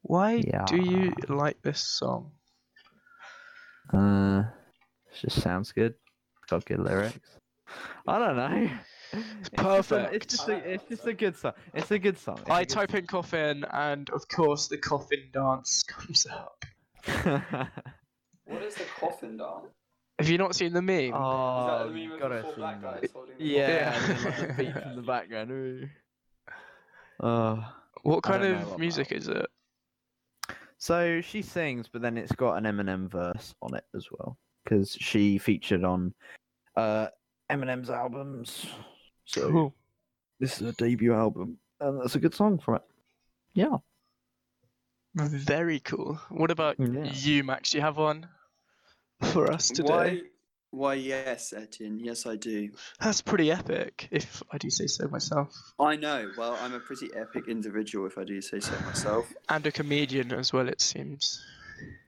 Speaker 1: Why do you
Speaker 3: Yeah.
Speaker 1: like this song?
Speaker 3: Uh, it just sounds good. It's got good lyrics. I don't know. It's just a-
Speaker 1: perfect.
Speaker 3: It's just
Speaker 2: I
Speaker 3: a,
Speaker 2: like that
Speaker 3: it's just
Speaker 2: song.
Speaker 3: a good song. It's a good song. It's
Speaker 1: I
Speaker 3: a good
Speaker 1: type in coffin, and of course the coffin dance comes up.
Speaker 3: song.
Speaker 2: What is the coffin dance?
Speaker 1: Have you not seen the meme?
Speaker 2: Is that
Speaker 3: oh,
Speaker 2: the meme
Speaker 3: you
Speaker 2: of
Speaker 3: gotta
Speaker 2: the four
Speaker 3: sing
Speaker 2: black
Speaker 3: that.
Speaker 2: guys holding the
Speaker 3: Yeah.
Speaker 1: Yeah.
Speaker 3: and then, like, the beat from the background. ooh. Oh.
Speaker 1: what
Speaker 3: I
Speaker 1: kind
Speaker 3: don't know
Speaker 1: of
Speaker 3: about
Speaker 1: music is it?
Speaker 3: So she sings, but then it's got an Eminem verse on it as well, because she featured on uh, Eminem's albums. So this is a debut album, and that's a good song from it. Yeah.
Speaker 1: Very cool. What about
Speaker 3: Yeah.
Speaker 1: you, Max? Do you have one for us today?
Speaker 2: Why? Why? Yes, Etienne. Yes, I do.
Speaker 1: That's pretty epic, if I do say so myself.
Speaker 2: I know. Well, I'm a pretty epic individual, if I do say so myself.
Speaker 1: And a comedian as well, it seems.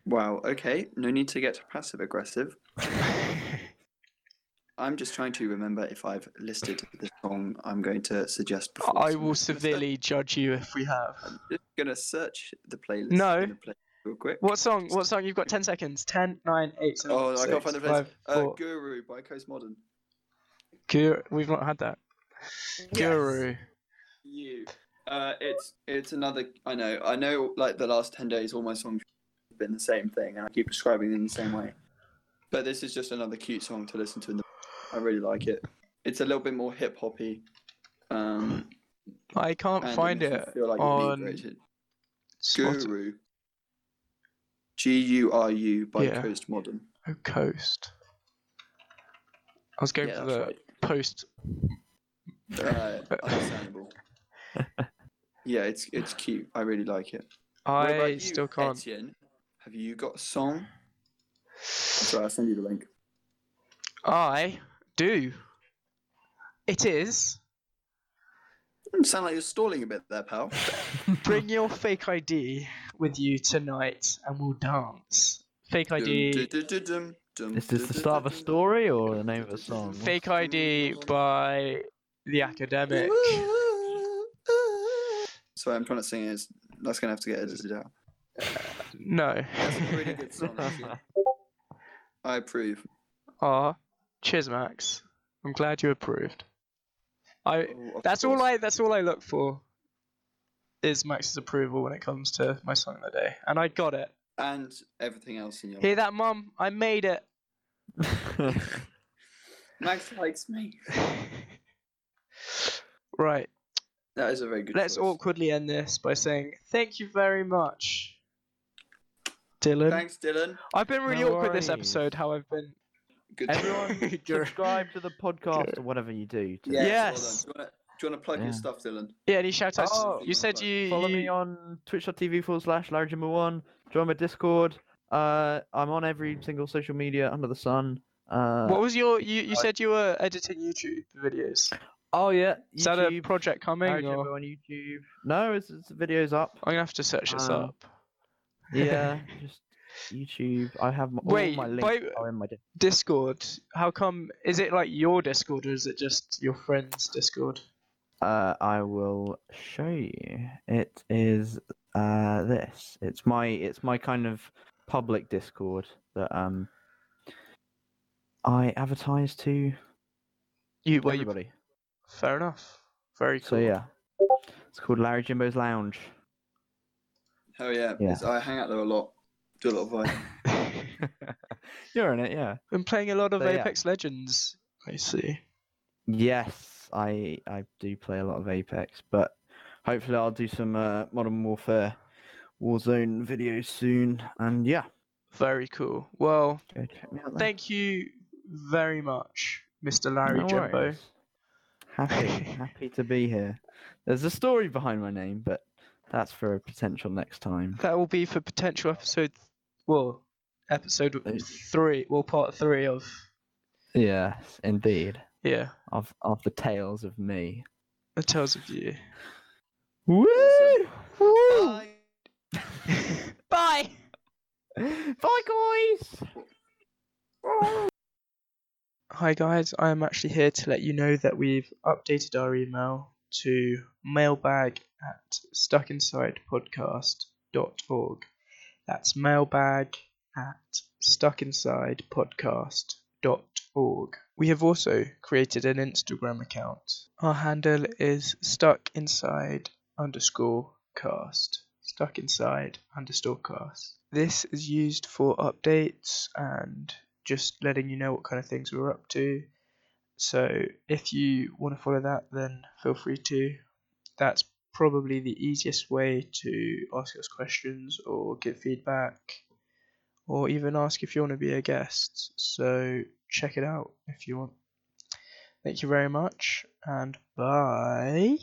Speaker 2: Wow. Okay. No need to get passive aggressive. I'm just trying to remember if I've listed the song I'm going to suggest before.
Speaker 1: I
Speaker 2: so I'm
Speaker 1: will
Speaker 2: just gonna-
Speaker 1: severely judge you if we have.
Speaker 2: I'm just gonna search the playlist.
Speaker 1: No.
Speaker 2: in the play- real quick.
Speaker 1: What song? What song? You've got 10 seconds. 10, 9, 8, 7,
Speaker 2: Oh, I can't
Speaker 1: six,
Speaker 2: find the place.
Speaker 1: five,
Speaker 2: Uh,
Speaker 1: four.
Speaker 2: Guru by Postmodern.
Speaker 1: Guru. We've not had that. Guru.
Speaker 2: You. Uh, it's it's another. I know. I know. Like the last ten days, all my songs have been the same thing, and I keep describing them the same way. But this is just another cute song to listen to. In the, I really like it. It's a little bit more hip hoppy. Um,
Speaker 1: I can't
Speaker 2: and
Speaker 1: find
Speaker 2: makes me
Speaker 1: it
Speaker 2: feel like
Speaker 1: on
Speaker 2: inebriated.
Speaker 1: Spotify.
Speaker 2: Guru. G U R U by
Speaker 1: Yeah.
Speaker 2: Postmodern.
Speaker 1: Oh, Coast. I was going
Speaker 2: Yeah,
Speaker 1: for
Speaker 2: that's
Speaker 1: the
Speaker 2: right.
Speaker 1: post.
Speaker 2: Uh, understandable. yeah, it's it's cute. I really like it. What about
Speaker 1: I
Speaker 2: you,
Speaker 1: still can't.
Speaker 2: Etienne? Have you got a song? Sorry, I'll send you the link.
Speaker 1: I do. It is.
Speaker 2: Doesn't sound like you're stalling a bit there, pal.
Speaker 1: Bring your fake ID with you tonight and we'll dance. Fake ID.
Speaker 2: Is
Speaker 3: Is this the start of a story or the name of a song?
Speaker 1: Fake ID by The Academic.
Speaker 2: Sorry, I'm trying to sing it. It's- That's gonna have to get edited out.
Speaker 1: No.
Speaker 2: That's a really good song. actually. I approve.
Speaker 1: Ah, cheers, Max. I'm glad you approved. I.
Speaker 2: Oh, of
Speaker 1: That's all
Speaker 2: course.
Speaker 1: I. That's all I look for. Is Max's approval when it comes to my song of the day, and I got it.
Speaker 2: And everything else in your
Speaker 1: Hear
Speaker 2: life.
Speaker 1: that, Mum? I made it.
Speaker 2: Max likes me.
Speaker 1: right.
Speaker 2: That is a very good.
Speaker 1: Let's
Speaker 2: choice.
Speaker 1: awkwardly end this by saying thank you very much, Dylan.
Speaker 2: Thanks, Dylan.
Speaker 1: I've been really
Speaker 3: No
Speaker 1: awkward this
Speaker 3: worries.
Speaker 1: episode. How I've been.
Speaker 2: Good.
Speaker 3: Everyone,
Speaker 1: Guru.
Speaker 3: subscribe to the podcast or whatever you do. To
Speaker 2: Yeah,
Speaker 1: Yes.
Speaker 2: Well done. Do you want to plug your
Speaker 3: Yeah.
Speaker 2: stuff, Dylan?
Speaker 1: Yeah. Any shout outs?
Speaker 3: Oh,
Speaker 1: you said you.
Speaker 3: Follow
Speaker 1: you-
Speaker 3: me on twitch.tv forward slash Larry Jimmer one. Join my Discord. Uh, I'm on every single social media under the sun. Uh,
Speaker 1: What was your? You, you said you were editing YouTube videos.
Speaker 3: oh yeah,
Speaker 1: Is that a
Speaker 3: YouTube,
Speaker 1: project
Speaker 3: Larry
Speaker 1: coming? Or...
Speaker 3: Jimmer on YouTube. No, it's, it's the videos up.
Speaker 1: I'm gonna have to search this
Speaker 3: Um,
Speaker 1: up.
Speaker 3: Yeah, just YouTube. I have my, all
Speaker 1: Wait,
Speaker 3: my links
Speaker 1: by-
Speaker 3: are in my Discord.
Speaker 1: Discord. How come? Is it like your Discord or is it just your friend's Discord?
Speaker 3: Uh, I will show you. It is uh this. It's my it's my kind of public Discord that um I advertise to
Speaker 1: You. Well, you.
Speaker 3: everybody.
Speaker 1: Fair enough. Very cool.
Speaker 3: So yeah, it's called Larry Jimbo's Lounge.
Speaker 2: Oh yeah,
Speaker 3: Yeah.
Speaker 2: it's- I hang out there a lot. Do a lot of vibing.
Speaker 3: You're in it, yeah.
Speaker 1: Been playing a lot of
Speaker 3: So, yeah.
Speaker 1: Apex Legends. I see.
Speaker 3: Yes, I I do play a lot of Apex, but hopefully I'll do some uh, Modern Warfare Warzone videos soon. And yeah,
Speaker 1: Very cool. Well,
Speaker 3: go check me out. There.
Speaker 1: thank you very much, Mr. Larry
Speaker 3: No
Speaker 1: Jumbo.
Speaker 3: worries. Happy, happy to be here. There's a story behind my name, but that's for a potential next time.
Speaker 1: That will be for potential episode. th- Well, episode
Speaker 3: Thank you.
Speaker 1: three. Well, part three of.
Speaker 3: Yes, indeed.
Speaker 1: Yeah,
Speaker 3: Of of the tales of me.
Speaker 1: the tales of you.
Speaker 3: Woo! Woo!
Speaker 2: Bye.
Speaker 1: Bye.
Speaker 3: Bye, guys. Oh.
Speaker 1: Hi guys, I am actually here to let you know that we've updated our email to mailbag at stuckinsidepodcast.org. That's mailbag at stuckinsidepodcast.org. We have also created an Instagram account. Our handle is stuckinside underscore cast. Stuck inside underscore cast. This is used for updates and just letting you know what kind of things we're up to. So if you want to follow that, then feel free to. That's probably the easiest way to ask us questions or give feedback or even ask if you want to be a guest. So check it out if you want. Thank you very much and bye.